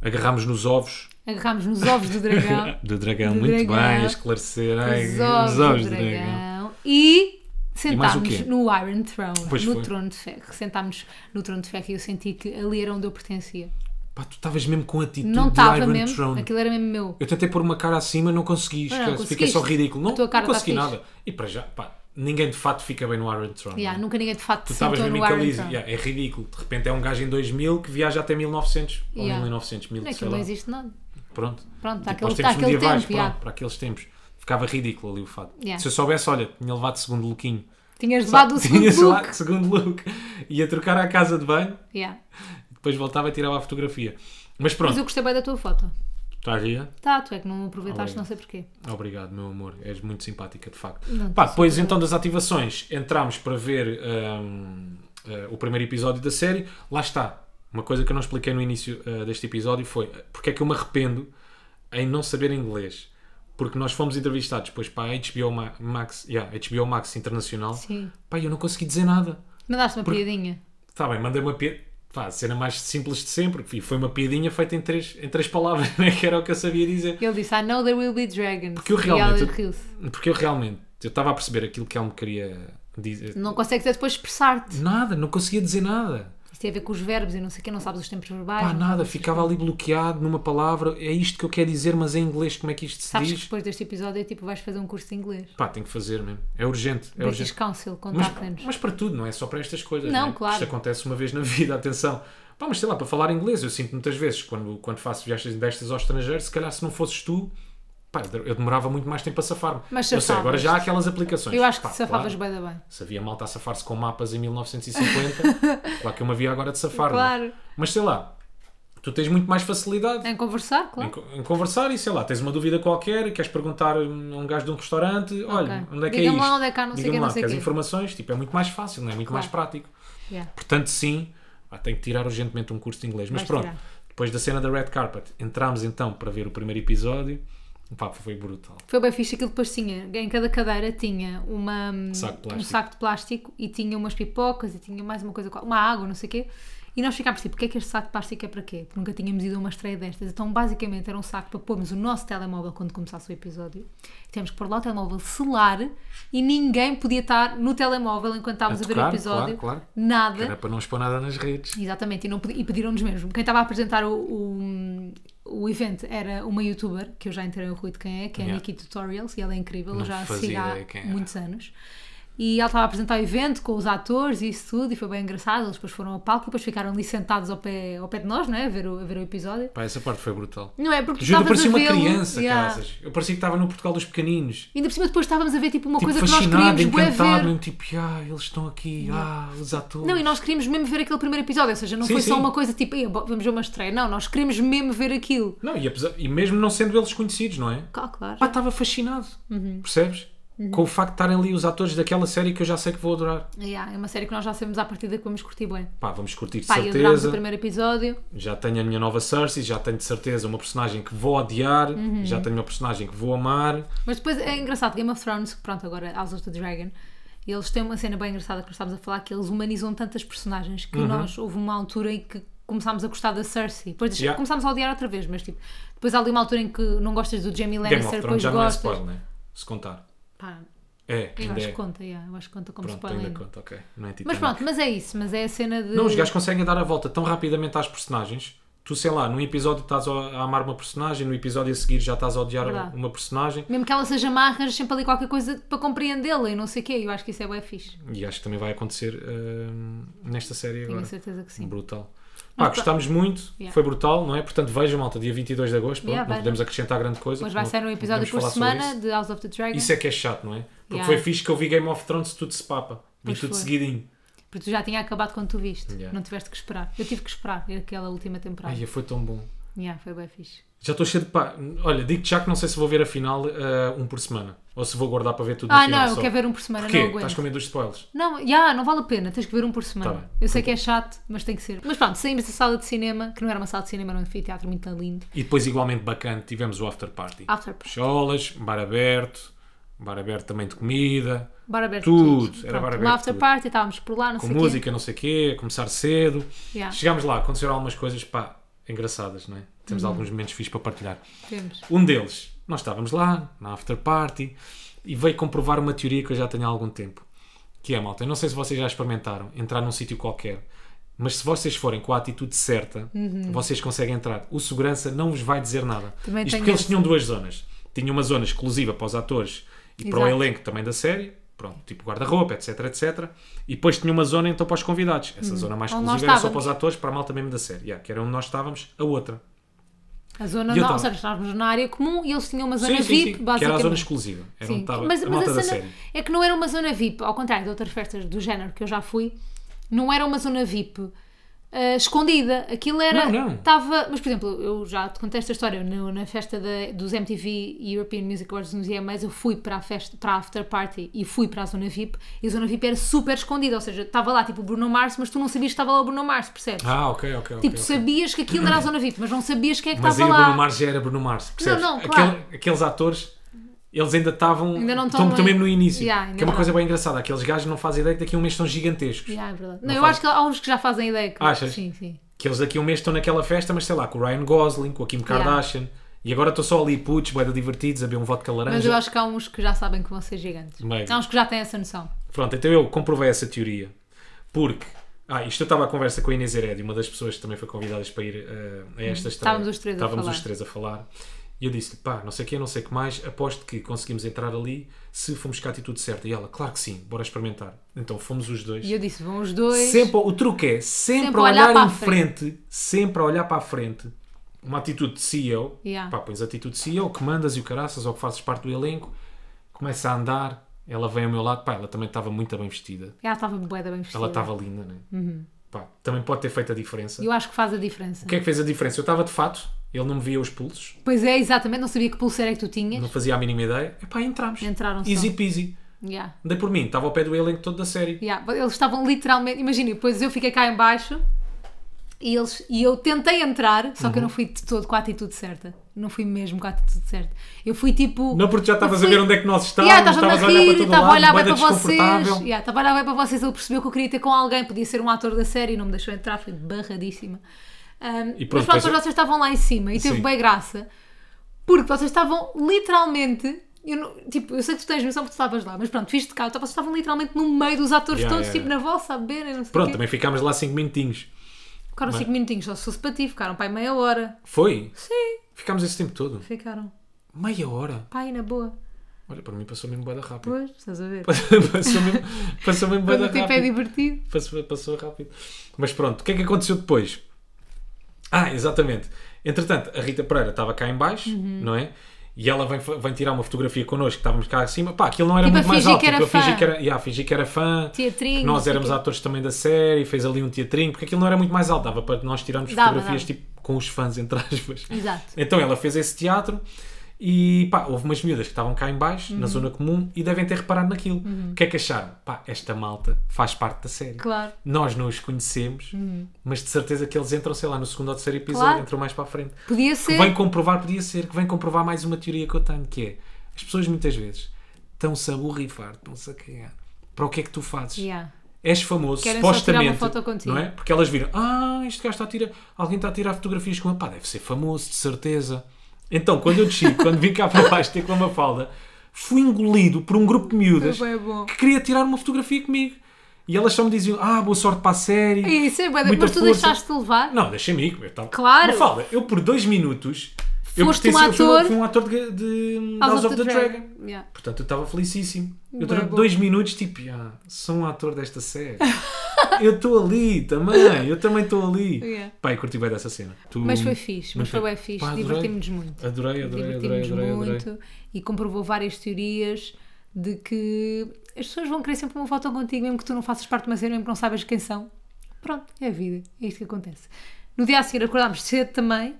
[SPEAKER 2] Agarramos nos ovos
[SPEAKER 1] Agarrámos nos ovos do dragão.
[SPEAKER 2] <laughs> do dragão,
[SPEAKER 1] Do
[SPEAKER 2] muito
[SPEAKER 1] dragão.
[SPEAKER 2] bem, esclarecer. Ai,
[SPEAKER 1] Os ovos, do dragão. E
[SPEAKER 2] E mais o
[SPEAKER 1] sentámos
[SPEAKER 2] quê?
[SPEAKER 1] no Iron Throne,
[SPEAKER 2] Pois
[SPEAKER 1] no
[SPEAKER 2] foi.
[SPEAKER 1] trono de ferro. Sentámos no trono de ferro e eu senti que ali era onde eu pertencia.
[SPEAKER 2] Pá, tu estavas mesmo com a atitude
[SPEAKER 1] Não
[SPEAKER 2] de
[SPEAKER 1] estava
[SPEAKER 2] Iron
[SPEAKER 1] mesmo,
[SPEAKER 2] Throne.
[SPEAKER 1] aquilo era mesmo meu.
[SPEAKER 2] Eu tentei pôr uma cara acima, não consegui.
[SPEAKER 1] Mas não
[SPEAKER 2] esquece, fiquei
[SPEAKER 1] conseguiste.
[SPEAKER 2] só ridículo. Não,
[SPEAKER 1] A tua cara
[SPEAKER 2] não consegui
[SPEAKER 1] tá fixe.
[SPEAKER 2] nada. E para já, pá, ninguém de fato fica bem no Iron Throne.
[SPEAKER 1] Yeah,
[SPEAKER 2] não é?
[SPEAKER 1] nunca ninguém de facto
[SPEAKER 2] Tu
[SPEAKER 1] se
[SPEAKER 2] estavas
[SPEAKER 1] sentou no
[SPEAKER 2] mesmo em
[SPEAKER 1] Iron
[SPEAKER 2] Calise.
[SPEAKER 1] Throne.
[SPEAKER 2] Yeah, é ridículo. De repente é um gajo em 2000 que viaja até 1900 ou
[SPEAKER 1] Yeah.
[SPEAKER 2] 1900, 1000, sei
[SPEAKER 1] Aquilo
[SPEAKER 2] lá.
[SPEAKER 1] não é existe nada.
[SPEAKER 2] Pronto.
[SPEAKER 1] Pronto,
[SPEAKER 2] Tipo,
[SPEAKER 1] aquele-
[SPEAKER 2] aos
[SPEAKER 1] tá
[SPEAKER 2] tempos
[SPEAKER 1] aquele
[SPEAKER 2] medievais,
[SPEAKER 1] tempo, yeah.
[SPEAKER 2] pronto, para aqueles tempos. Ficava ridículo ali o fato.
[SPEAKER 1] Yeah.
[SPEAKER 2] Se eu soubesse, olha, tinha levado segundo lookinho.
[SPEAKER 1] Tinhas levado o <laughs>
[SPEAKER 2] Tinha
[SPEAKER 1] segundo
[SPEAKER 2] levado
[SPEAKER 1] look.
[SPEAKER 2] segundo look. Ia trocar à casa de banho,
[SPEAKER 1] Yeah.
[SPEAKER 2] depois voltava e tirava a fotografia. Mas
[SPEAKER 1] Mas
[SPEAKER 2] pronto,
[SPEAKER 1] eu gostei bem da tua foto.
[SPEAKER 2] estás aí? é?
[SPEAKER 1] Tá, tu é que não aproveitaste,
[SPEAKER 2] Obrigado.
[SPEAKER 1] não sei porquê.
[SPEAKER 2] Obrigado, meu amor. És muito simpática, de facto.
[SPEAKER 1] Não,
[SPEAKER 2] Pá,
[SPEAKER 1] tô
[SPEAKER 2] depois então das ativações, entramos para ver hum, eh, o primeiro episódio da série. Lá está. Uma coisa que eu não expliquei no início eh, deste episódio foi eh, porque é que eu me arrependo em não saber inglês. Porque nós fomos entrevistados depois para a HBO Ma- Max, yeah, HBO Max Internacional.
[SPEAKER 1] Sim.
[SPEAKER 2] Pá, eu não consegui dizer nada.
[SPEAKER 1] Mandaste uma piadinha.
[SPEAKER 2] Está bem, mandei uma piada. Pá, a cena mais simples de sempre. E foi uma piadinha feita em três, em três palavras, <laughs> né, que era o que eu sabia dizer.
[SPEAKER 1] Ele disse, I know there will be dragons.
[SPEAKER 2] Porque eu
[SPEAKER 1] E
[SPEAKER 2] realmente-
[SPEAKER 1] ela riu-se.
[SPEAKER 2] Porque eu realmente eu estava a perceber aquilo que ele me queria dizer.
[SPEAKER 1] Não consegues até depois expressar-te.
[SPEAKER 2] Nada, não conseguia dizer nada.
[SPEAKER 1] Isto tem a ver com os verbos e não sei o quê, não sabes os tempos verbais.
[SPEAKER 2] Pá,
[SPEAKER 1] não
[SPEAKER 2] nada, ficava ali bloqueado numa palavra. É isto que eu quero dizer, mas em inglês, como é que isto se
[SPEAKER 1] Sabes que
[SPEAKER 2] diz?
[SPEAKER 1] depois deste episódio tipo, vais fazer um curso de inglês.
[SPEAKER 2] Pá, tenho que fazer mesmo. É urgente, é
[SPEAKER 1] British
[SPEAKER 2] urgente.
[SPEAKER 1] Council,
[SPEAKER 2] Mas,
[SPEAKER 1] contacta-nos.
[SPEAKER 2] mas para tudo, não é só para estas coisas.
[SPEAKER 1] Não,
[SPEAKER 2] né?
[SPEAKER 1] claro.
[SPEAKER 2] Isto acontece uma vez na <laughs> vida, atenção. Pá, mas sei lá, para falar inglês, eu sinto muitas vezes, quando, quando faço viagens destas ao estrangeiro, se calhar se não fosses tu, pá, eu demorava muito mais tempo a safar-me.
[SPEAKER 1] Mas
[SPEAKER 2] eu sei, agora
[SPEAKER 1] safavas-te.
[SPEAKER 2] já há aquelas aplicações.
[SPEAKER 1] Eu acho que
[SPEAKER 2] Pá,
[SPEAKER 1] te safavas
[SPEAKER 2] claro.
[SPEAKER 1] bem da bem.
[SPEAKER 2] Se havia malta a safar-se com mapas em
[SPEAKER 1] <laughs>
[SPEAKER 2] 1950, claro que eu me havia agora de safar. não é?
[SPEAKER 1] Claro.
[SPEAKER 2] Mas sei lá, tu tens muito mais facilidade
[SPEAKER 1] É Em conversar,
[SPEAKER 2] em,
[SPEAKER 1] claro.
[SPEAKER 2] co- em conversar e sei lá, tens uma dúvida qualquer, queres perguntar a um gajo de um restaurante, olha, onde é que é
[SPEAKER 1] Diga-me
[SPEAKER 2] isto?
[SPEAKER 1] lá onde é que há não sei
[SPEAKER 2] Diga-me
[SPEAKER 1] quê, não
[SPEAKER 2] lá,
[SPEAKER 1] sei
[SPEAKER 2] queres
[SPEAKER 1] quê.
[SPEAKER 2] informações? Tipo, é muito mais fácil, não é? Muito mais prático.
[SPEAKER 1] Yeah.
[SPEAKER 2] Portanto, sim, pá, tenho que tirar urgentemente um curso de inglês. Mas
[SPEAKER 1] Vais
[SPEAKER 2] pronto,
[SPEAKER 1] tirar.
[SPEAKER 2] depois da cena da Red Carpet, entramos então para ver o primeiro episódio. Pá, foi brutal.
[SPEAKER 1] Foi bem fixe, aquilo depois tinha, em cada cadeira tinha uma,
[SPEAKER 2] Saco de
[SPEAKER 1] um
[SPEAKER 2] plástico.
[SPEAKER 1] saco de plástico e tinha umas pipocas e tinha mais uma coisa, qual- uma água, não sei o quê. E nós ficámos tipo, o que é que este saco de plástico é para quê? Porque nunca tínhamos ido a uma estreia destas. Então, basicamente, era um saco para pormos o nosso telemóvel quando começasse o episódio. Tínhamos que pôr lá o telemóvel selar e ninguém podia estar no telemóvel enquanto estávamos a,
[SPEAKER 4] A
[SPEAKER 1] ver o
[SPEAKER 4] tocar,
[SPEAKER 1] episódio.
[SPEAKER 4] claro, claro.
[SPEAKER 1] Nada.
[SPEAKER 4] Era para não expor nada nas redes.
[SPEAKER 1] Exatamente, e, não pedi- e pediram-nos mesmo. Quem estava a apresentar o, o, o evento era uma youtuber, que eu já entrei o Rui de quem é, que é a
[SPEAKER 4] Yeah.
[SPEAKER 1] Nikki Tutorials, e ela é incrível, eu
[SPEAKER 4] Não
[SPEAKER 1] já a
[SPEAKER 4] fazia
[SPEAKER 1] sigo há
[SPEAKER 4] ideia quem era.
[SPEAKER 1] muitos anos. E ela estava a apresentar o evento com os atores e isso tudo, e foi bem engraçado. Eles depois foram ao palco e depois ficaram ali sentados ao pé, ao pé de nós, não é? A ver o, a ver o episódio.
[SPEAKER 2] Pá, essa parte foi brutal.
[SPEAKER 1] Não é? Porque tu
[SPEAKER 2] Juro, eu
[SPEAKER 1] estavas
[SPEAKER 2] parecia
[SPEAKER 1] a
[SPEAKER 2] uma
[SPEAKER 1] ver.
[SPEAKER 2] criança, caraças. Eu parecia que estava no Portugal dos Pequeninos.
[SPEAKER 1] Ainda por cima, depois estávamos a ver tipo uma
[SPEAKER 2] Tipo,
[SPEAKER 1] coisa que nós
[SPEAKER 2] fascinado,
[SPEAKER 1] queríamos bué
[SPEAKER 2] encantado,
[SPEAKER 1] ver.
[SPEAKER 2] mesmo tipo, ah, eles estão aqui, ah, os atores.
[SPEAKER 1] Não, e nós queríamos mesmo ver aquele primeiro episódio, ou seja, não
[SPEAKER 2] Sim,
[SPEAKER 1] foi só
[SPEAKER 2] sim.
[SPEAKER 1] uma coisa tipo, "Ei, bo- vamos ver uma estreia. Não, nós queríamos mesmo ver aquilo.
[SPEAKER 2] Não, e, apesar- e mesmo não sendo eles conhecidos, não é?
[SPEAKER 1] Cá, claro.
[SPEAKER 2] Pá, estava fascinado,
[SPEAKER 1] Uhum.
[SPEAKER 2] percebes? Com o facto de estarem ali os atores daquela série que eu já sei que vou adorar.
[SPEAKER 1] Yeah, é uma série que nós já sabemos à partida que vamos curtir bem.
[SPEAKER 2] Pá, vamos curtir de
[SPEAKER 1] Pá, e adorámos o
[SPEAKER 2] certeza.
[SPEAKER 1] primeiro episódio.
[SPEAKER 2] Já tenho a minha nova Cersei, já tenho de certeza uma personagem que vou odiar,
[SPEAKER 1] Uhum.
[SPEAKER 2] já tenho uma personagem que vou amar.
[SPEAKER 1] Mas depois é engraçado, Game of Thrones, que pronto, agora é House of the Dragon, eles têm uma cena bem engraçada que nós estávamos a falar, que eles humanizam tantas personagens que
[SPEAKER 2] Uhum.
[SPEAKER 1] nós houve uma altura em que começámos a gostar da Cersei. Depois deixa-
[SPEAKER 2] Yeah.
[SPEAKER 1] começámos a odiar outra vez, mas tipo, depois há ali uma altura em que não gostas do Jamie
[SPEAKER 2] Game of
[SPEAKER 1] Lannister, depois
[SPEAKER 2] Thrones já não é
[SPEAKER 1] gostas.
[SPEAKER 2] spoiler, não é? Se contar.
[SPEAKER 1] Pá,
[SPEAKER 2] É,
[SPEAKER 1] eu
[SPEAKER 2] ainda
[SPEAKER 1] acho
[SPEAKER 2] é.
[SPEAKER 1] que conta, yeah, eu acho que conta como
[SPEAKER 2] Pronto,
[SPEAKER 1] spoiler.
[SPEAKER 2] ainda conta, ok. Não é
[SPEAKER 1] Mas
[SPEAKER 2] Titanic.
[SPEAKER 1] pronto, mas é isso, mas é a cena de.
[SPEAKER 2] Não, os gajos conseguem dar a volta tão rapidamente às personagens. Tu, sei lá, num episódio estás a a amar uma personagem, no episódio a seguir já estás a odiar
[SPEAKER 1] Verdade.
[SPEAKER 2] uma personagem.
[SPEAKER 1] Mesmo que ela seja má, arranjas sempre ali qualquer coisa para compreendê-la e não sei o quê. Eu acho que isso é bem fixe.
[SPEAKER 2] E acho que também vai acontecer hum, nesta série
[SPEAKER 1] Tenho a
[SPEAKER 2] agora.
[SPEAKER 1] certeza que sim.
[SPEAKER 2] Brutal. Pá, gostámos muito,
[SPEAKER 1] Yeah.
[SPEAKER 2] foi brutal, não é? Portanto, vejam, malta, dia 22 de agosto, pronto,
[SPEAKER 1] Yeah,
[SPEAKER 2] não
[SPEAKER 1] vejam.
[SPEAKER 2] podemos acrescentar grande coisa.
[SPEAKER 1] Mas vai
[SPEAKER 2] não-
[SPEAKER 1] sair um
[SPEAKER 2] não
[SPEAKER 1] episódio
[SPEAKER 2] podemos
[SPEAKER 1] por
[SPEAKER 2] falar sobre
[SPEAKER 1] semana
[SPEAKER 2] Isso.
[SPEAKER 1] de House of the Dragon.
[SPEAKER 2] Isso é que é chato, não é? Porque
[SPEAKER 1] Yeah.
[SPEAKER 2] foi fixe que eu vi Game of Thrones tudo de papa. Vi
[SPEAKER 1] Pois
[SPEAKER 2] tudo
[SPEAKER 1] foi.
[SPEAKER 2] seguidinho.
[SPEAKER 1] Porque tu já tinha acabado quando tu viste.
[SPEAKER 2] Yeah.
[SPEAKER 1] Não tiveste que esperar. Eu tive que esperar aquela última temporada.
[SPEAKER 2] Ai, foi tão bom.
[SPEAKER 1] Yeah, foi bem fixe.
[SPEAKER 2] Já estou cheio de pá. Olha, digo-te já que não sei se vou ver a final eh, um por semana. Ou se vou guardar para ver tudo no
[SPEAKER 1] ah,
[SPEAKER 2] final
[SPEAKER 1] não,
[SPEAKER 2] só.
[SPEAKER 1] eu quero ver um por semana,
[SPEAKER 2] Porquê?
[SPEAKER 1] não aguento.
[SPEAKER 2] Estás com medo dos spoilers?
[SPEAKER 1] Não, yeah, não vale a pena, tens que ver um por semana.
[SPEAKER 2] Tá bem.
[SPEAKER 1] eu sei que é chato, mas tem que ser. Mas pronto, saímos da sala de cinema, que não era uma sala de cinema, era um anfiteatro muito lindo.
[SPEAKER 2] E depois, igualmente bacana, tivemos o after party.
[SPEAKER 1] After party.
[SPEAKER 2] Cholas, bar aberto, bar aberto também de comida,
[SPEAKER 1] Bar aberto
[SPEAKER 2] Tudo, era
[SPEAKER 1] Pronto,
[SPEAKER 2] bar aberto
[SPEAKER 1] Uma after
[SPEAKER 2] tudo.
[SPEAKER 1] party, estávamos por lá, não
[SPEAKER 2] com
[SPEAKER 1] sei o quê. Ah.
[SPEAKER 2] música, não sei o quê, a começar cedo.
[SPEAKER 1] Yeah.
[SPEAKER 2] Chegámos lá, aconteceram algumas coisas, pá, engraçadas, não é? Temos
[SPEAKER 1] Uhum.
[SPEAKER 2] alguns momentos fixos para partilhar.
[SPEAKER 1] Temos.
[SPEAKER 2] Um deles, nós estávamos lá, na after party, e veio comprovar uma teoria que eu já tenho há algum tempo. Que é, malta, eu não sei se vocês já experimentaram entrar num sítio qualquer, mas se vocês forem com a atitude certa, vocês conseguem entrar. O segurança não vos vai dizer nada.
[SPEAKER 1] Uhum. Também
[SPEAKER 2] Isto
[SPEAKER 1] tenho
[SPEAKER 2] porque eles
[SPEAKER 1] essa.
[SPEAKER 2] tinham duas zonas. Tinha uma zona exclusiva para os atores e para o
[SPEAKER 1] Exato.
[SPEAKER 2] elenco também da série, pronto, tipo guarda-roupa, etc, etc. E depois tinha uma zona então para os convidados. Essa zona mais
[SPEAKER 1] Uhum. Onde nós
[SPEAKER 2] exclusiva era só
[SPEAKER 1] estávamos.
[SPEAKER 2] para os atores, para a malta mesmo da série, yeah, que era onde nós estávamos, a outra.
[SPEAKER 1] A zona,
[SPEAKER 2] E eu
[SPEAKER 1] não, ou
[SPEAKER 2] tava-
[SPEAKER 1] seja, estávamos na área comum e eles tinham uma zona VIP, basicamente.
[SPEAKER 2] Que era a zona exclusiva. Era onde
[SPEAKER 1] Sim,
[SPEAKER 2] estava
[SPEAKER 1] mas,
[SPEAKER 2] a
[SPEAKER 1] mas
[SPEAKER 2] malta
[SPEAKER 1] a
[SPEAKER 2] da
[SPEAKER 1] cena
[SPEAKER 2] série.
[SPEAKER 1] é que não era uma zona VIP, ao contrário de outras festas do género que eu já fui, não era uma zona VIP ah, escondida. Aquilo era.
[SPEAKER 2] Não, não.
[SPEAKER 1] Tava, mas, por exemplo, eu já te contei esta história. no- na festa da- dos MTV European Music Awards nos EMAs, eu fui para a, festa, para a after party e fui para a zona VIP. E a zona VIP era super escondida, ou seja, estava lá tipo o Bruno Mars, mas tu não sabias que estava lá o Bruno Mars, percebes?
[SPEAKER 2] Ah, ok, ok. ok,
[SPEAKER 1] tipo,
[SPEAKER 2] ok.
[SPEAKER 1] sabias que aquilo era a zona VIP, mas não sabias quem é que
[SPEAKER 2] Mas aí
[SPEAKER 1] estava
[SPEAKER 2] o
[SPEAKER 1] lá.
[SPEAKER 2] Bruno Mars já era Bruno Mars, percebes?
[SPEAKER 1] não,
[SPEAKER 2] Aquele-
[SPEAKER 1] claro.
[SPEAKER 2] aqueles atores, eles ainda estavam.
[SPEAKER 1] Ainda não
[SPEAKER 2] estão
[SPEAKER 1] estão
[SPEAKER 2] também
[SPEAKER 1] em-
[SPEAKER 2] no início.
[SPEAKER 1] Yeah, ainda
[SPEAKER 2] que é uma
[SPEAKER 1] não.
[SPEAKER 2] coisa bem engraçada. Aqueles gajos não fazem ideia que daqui a um mês estão gigantescos.
[SPEAKER 1] Yeah, é verdade. Não,
[SPEAKER 2] Não
[SPEAKER 1] eu
[SPEAKER 2] faz-
[SPEAKER 1] acho que há uns que já fazem ideia. Que...
[SPEAKER 2] Achas?
[SPEAKER 1] Sim, sim.
[SPEAKER 2] Que eles daqui a um mês estão naquela festa, mas sei lá, com o Ryan Gosling, com a Kim
[SPEAKER 1] Yeah.
[SPEAKER 2] Kardashian. E agora estou só ali, putz, boeda divertidos, a beber um vodka laranja.
[SPEAKER 1] Mas eu acho que há uns que já sabem que vão ser gigantes.
[SPEAKER 2] Mega.
[SPEAKER 1] Há uns que já têm essa noção.
[SPEAKER 2] Pronto, então eu comprovei essa teoria porque. Ah, isto eu estava à conversa com a Inês Herédia, uma das pessoas que também foi convidadas para ir eh, a esta estreia.
[SPEAKER 1] Uhum. Estávamos os três a
[SPEAKER 2] Estávamos
[SPEAKER 1] falar.
[SPEAKER 2] os três a falar. E eu disse-lhe, pá, não sei o que, não sei o que mais, aposto que conseguimos entrar ali se fomos com a atitude certa. E ela, claro que sim, bora experimentar. Então fomos os dois.
[SPEAKER 1] E eu disse: vão os dois.
[SPEAKER 2] Sempre, o truque é sempre,
[SPEAKER 1] Sempre
[SPEAKER 2] a
[SPEAKER 1] olhar
[SPEAKER 2] olhar,
[SPEAKER 1] para a
[SPEAKER 2] em frente, sempre a olhar para a frente. Uma atitude de CEO,
[SPEAKER 1] Yeah.
[SPEAKER 2] pá, pões a atitude de CEO, que mandas e o caraças, ou que fazes parte do elenco, começa a andar, ela vem ao meu lado, pá, ela também estava muito bem vestida,
[SPEAKER 1] Ela estava boeda bem vestida.
[SPEAKER 2] ela estava linda, né? Pá, também pode ter feito a diferença.
[SPEAKER 1] Uhum. Eu acho que faz a diferença.
[SPEAKER 2] O que é que fez a diferença? Eu estava de fato, ele não me via os pulsos,
[SPEAKER 1] Pois é, exatamente. Não sabia que pulseira é que tu tinhas.
[SPEAKER 2] não fazia a mínima ideia, e pá, entramos.
[SPEAKER 1] Entraram só.
[SPEAKER 2] Easy peasy.
[SPEAKER 1] Yeah.
[SPEAKER 2] Dei por mim, estava ao pé do elenco todo da série.
[SPEAKER 1] Yeah. Eles estavam literalmente. Imagina, depois eu fiquei cá em baixo E, eles, e eu tentei entrar, só
[SPEAKER 2] Uhum.
[SPEAKER 1] que eu não fui de todo com a atitude certa. Não fui mesmo com a atitude certa. Eu fui tipo.
[SPEAKER 2] Não, porque já
[SPEAKER 1] eu
[SPEAKER 2] estavas a
[SPEAKER 1] fui-
[SPEAKER 2] ver onde é que nós estávamos,
[SPEAKER 1] Yeah,
[SPEAKER 2] estavas
[SPEAKER 1] Estava-me
[SPEAKER 2] a
[SPEAKER 1] a
[SPEAKER 2] olhar para
[SPEAKER 1] rir,
[SPEAKER 2] todo
[SPEAKER 1] estava a
[SPEAKER 2] lado,
[SPEAKER 1] olhar bem
[SPEAKER 2] bué
[SPEAKER 1] para
[SPEAKER 2] da
[SPEAKER 1] vocês.
[SPEAKER 2] desconfortável.
[SPEAKER 1] Yeah, Estava a olhar bem para vocês. Ele percebeu que eu queria ter com alguém, podia ser um ator da série, não me deixou entrar, foi barradíssima. Um,
[SPEAKER 2] E
[SPEAKER 1] mas
[SPEAKER 2] pronto,
[SPEAKER 1] pronto,
[SPEAKER 2] depois-
[SPEAKER 1] vocês estavam lá em cima e teve
[SPEAKER 2] Sim.
[SPEAKER 1] bem graça, porque vocês estavam literalmente. Eu, não- tipo, eu sei que tu tens noção porque tu estavas lá, mas pronto, fiz de cá, então vocês estavam literalmente no meio dos atores
[SPEAKER 2] Yeah,
[SPEAKER 1] todos,
[SPEAKER 2] yeah,
[SPEAKER 1] tipo na vossa, a beberem, não sei o
[SPEAKER 2] Pronto,
[SPEAKER 1] quê.
[SPEAKER 2] também ficámos lá 5 minutinhos.
[SPEAKER 1] Ficaram 5 minutinhos, só se fosse para ti, ficaram pai meia hora.
[SPEAKER 2] Foi?
[SPEAKER 1] Sim,
[SPEAKER 2] Ficámos esse tempo todo.
[SPEAKER 1] ficaram.
[SPEAKER 2] Meia hora.
[SPEAKER 1] Pai, na boa.
[SPEAKER 2] Olha, para mim passou mesmo bué da rápido.
[SPEAKER 1] Pois, estás a ver.
[SPEAKER 2] <laughs> passou mesmo, passou mesmo bué
[SPEAKER 1] Quando
[SPEAKER 2] da
[SPEAKER 1] o tempo é
[SPEAKER 2] rápido.
[SPEAKER 1] divertido.
[SPEAKER 2] Passou, passou rápido. Mas pronto, o que é que aconteceu depois? Ah, exatamente. Entretanto, a Rita Pereira estava cá em baixo,
[SPEAKER 1] Uhum.
[SPEAKER 2] não é? E ela vem, vem tirar uma fotografia connosco, estávamos cá acima. Pá, aquilo não era
[SPEAKER 1] Tipo,
[SPEAKER 2] muito
[SPEAKER 1] a
[SPEAKER 2] mais
[SPEAKER 1] fingir
[SPEAKER 2] alto.
[SPEAKER 1] que era
[SPEAKER 2] tipo, eu fingi
[SPEAKER 1] fã.
[SPEAKER 2] que era, yeah, fingi que era fã.
[SPEAKER 1] Teatrinho,
[SPEAKER 2] que
[SPEAKER 1] não
[SPEAKER 2] Nós
[SPEAKER 1] sei
[SPEAKER 2] éramos
[SPEAKER 1] quê.
[SPEAKER 2] atores também da série, fez ali um teatrinho, porque aquilo não era muito mais alto. Dava para nós tirarmos
[SPEAKER 1] Dava,
[SPEAKER 2] fotografias
[SPEAKER 1] dava.
[SPEAKER 2] tipo com os fãs, entre aspas.
[SPEAKER 1] Exato.
[SPEAKER 2] Então ela fez esse teatro e pá, houve umas miúdas que estavam cá em baixo,
[SPEAKER 1] Uhum.
[SPEAKER 2] na zona comum, e devem ter reparado naquilo. O que é que acharam? Pá, esta malta faz parte da série.
[SPEAKER 1] Claro. Uhum.
[SPEAKER 2] Nós não os conhecemos, mas de certeza que eles entram, sei lá, no segundo ou terceiro episódio,
[SPEAKER 1] Claro.
[SPEAKER 2] entram mais para a frente.
[SPEAKER 1] Podia
[SPEAKER 2] Que
[SPEAKER 1] ser.
[SPEAKER 2] vem comprovar, podia ser, que vem comprovar mais uma teoria que eu tenho, que é, as pessoas muitas vezes estão-se a borrifar, estão-se a cagar. Para o que é que tu fazes?
[SPEAKER 1] Yeah.
[SPEAKER 2] és famoso,
[SPEAKER 1] Querem só
[SPEAKER 2] supostamente.
[SPEAKER 1] tirar uma foto contigo.
[SPEAKER 2] Não é? Porque elas viram, ah, este gajo está a tirar, alguém está a tirar fotografias com ele, pá, deve ser famoso, de certeza. Então, quando
[SPEAKER 1] <laughs>
[SPEAKER 2] eu desci, quando vim cá para baixo ter com uma falda, fui engolido por um grupo de miúdas
[SPEAKER 1] Foi bué bom.
[SPEAKER 2] que queria tirar uma fotografia comigo. E elas só me diziam, ah, boa sorte para a série.
[SPEAKER 1] E Isso é bué da-
[SPEAKER 2] muita
[SPEAKER 1] Mas tu
[SPEAKER 2] força."
[SPEAKER 1] deixaste-te levar?
[SPEAKER 2] Não, deixei-me ir. Eu tava...
[SPEAKER 1] Claro.
[SPEAKER 2] Mafalda, eu por dois minutos, eu
[SPEAKER 1] Foste um
[SPEAKER 2] pertenci- eu fui
[SPEAKER 1] ator.
[SPEAKER 2] fui um ator de, de House of the Dragon.
[SPEAKER 1] Yeah.
[SPEAKER 2] Portanto, eu estava felicíssimo. Eu
[SPEAKER 1] Bué
[SPEAKER 2] durante
[SPEAKER 1] bom.
[SPEAKER 2] dois minutos, tipo, "Ya, sou um ator desta série. <laughs> eu estou ali também, eu também estou ali.
[SPEAKER 1] Yeah.
[SPEAKER 2] Pai, curti bem dessa cena. Tu-
[SPEAKER 1] Mas foi fixe, mas foi bem fixe.
[SPEAKER 2] Pá, adorei.
[SPEAKER 1] Divertimos-nos muito.
[SPEAKER 2] Adorei, adorei, adorei,
[SPEAKER 1] Divertimos-nos
[SPEAKER 2] adorei, adorei.
[SPEAKER 1] muito e comprovou várias teorias de que as pessoas vão querer sempre uma foto contigo, mesmo que tu não faças parte de uma cena, mesmo que não saibas quem são. Pronto, é a vida, é isto que acontece. No dia a seguir acordámos cedo também,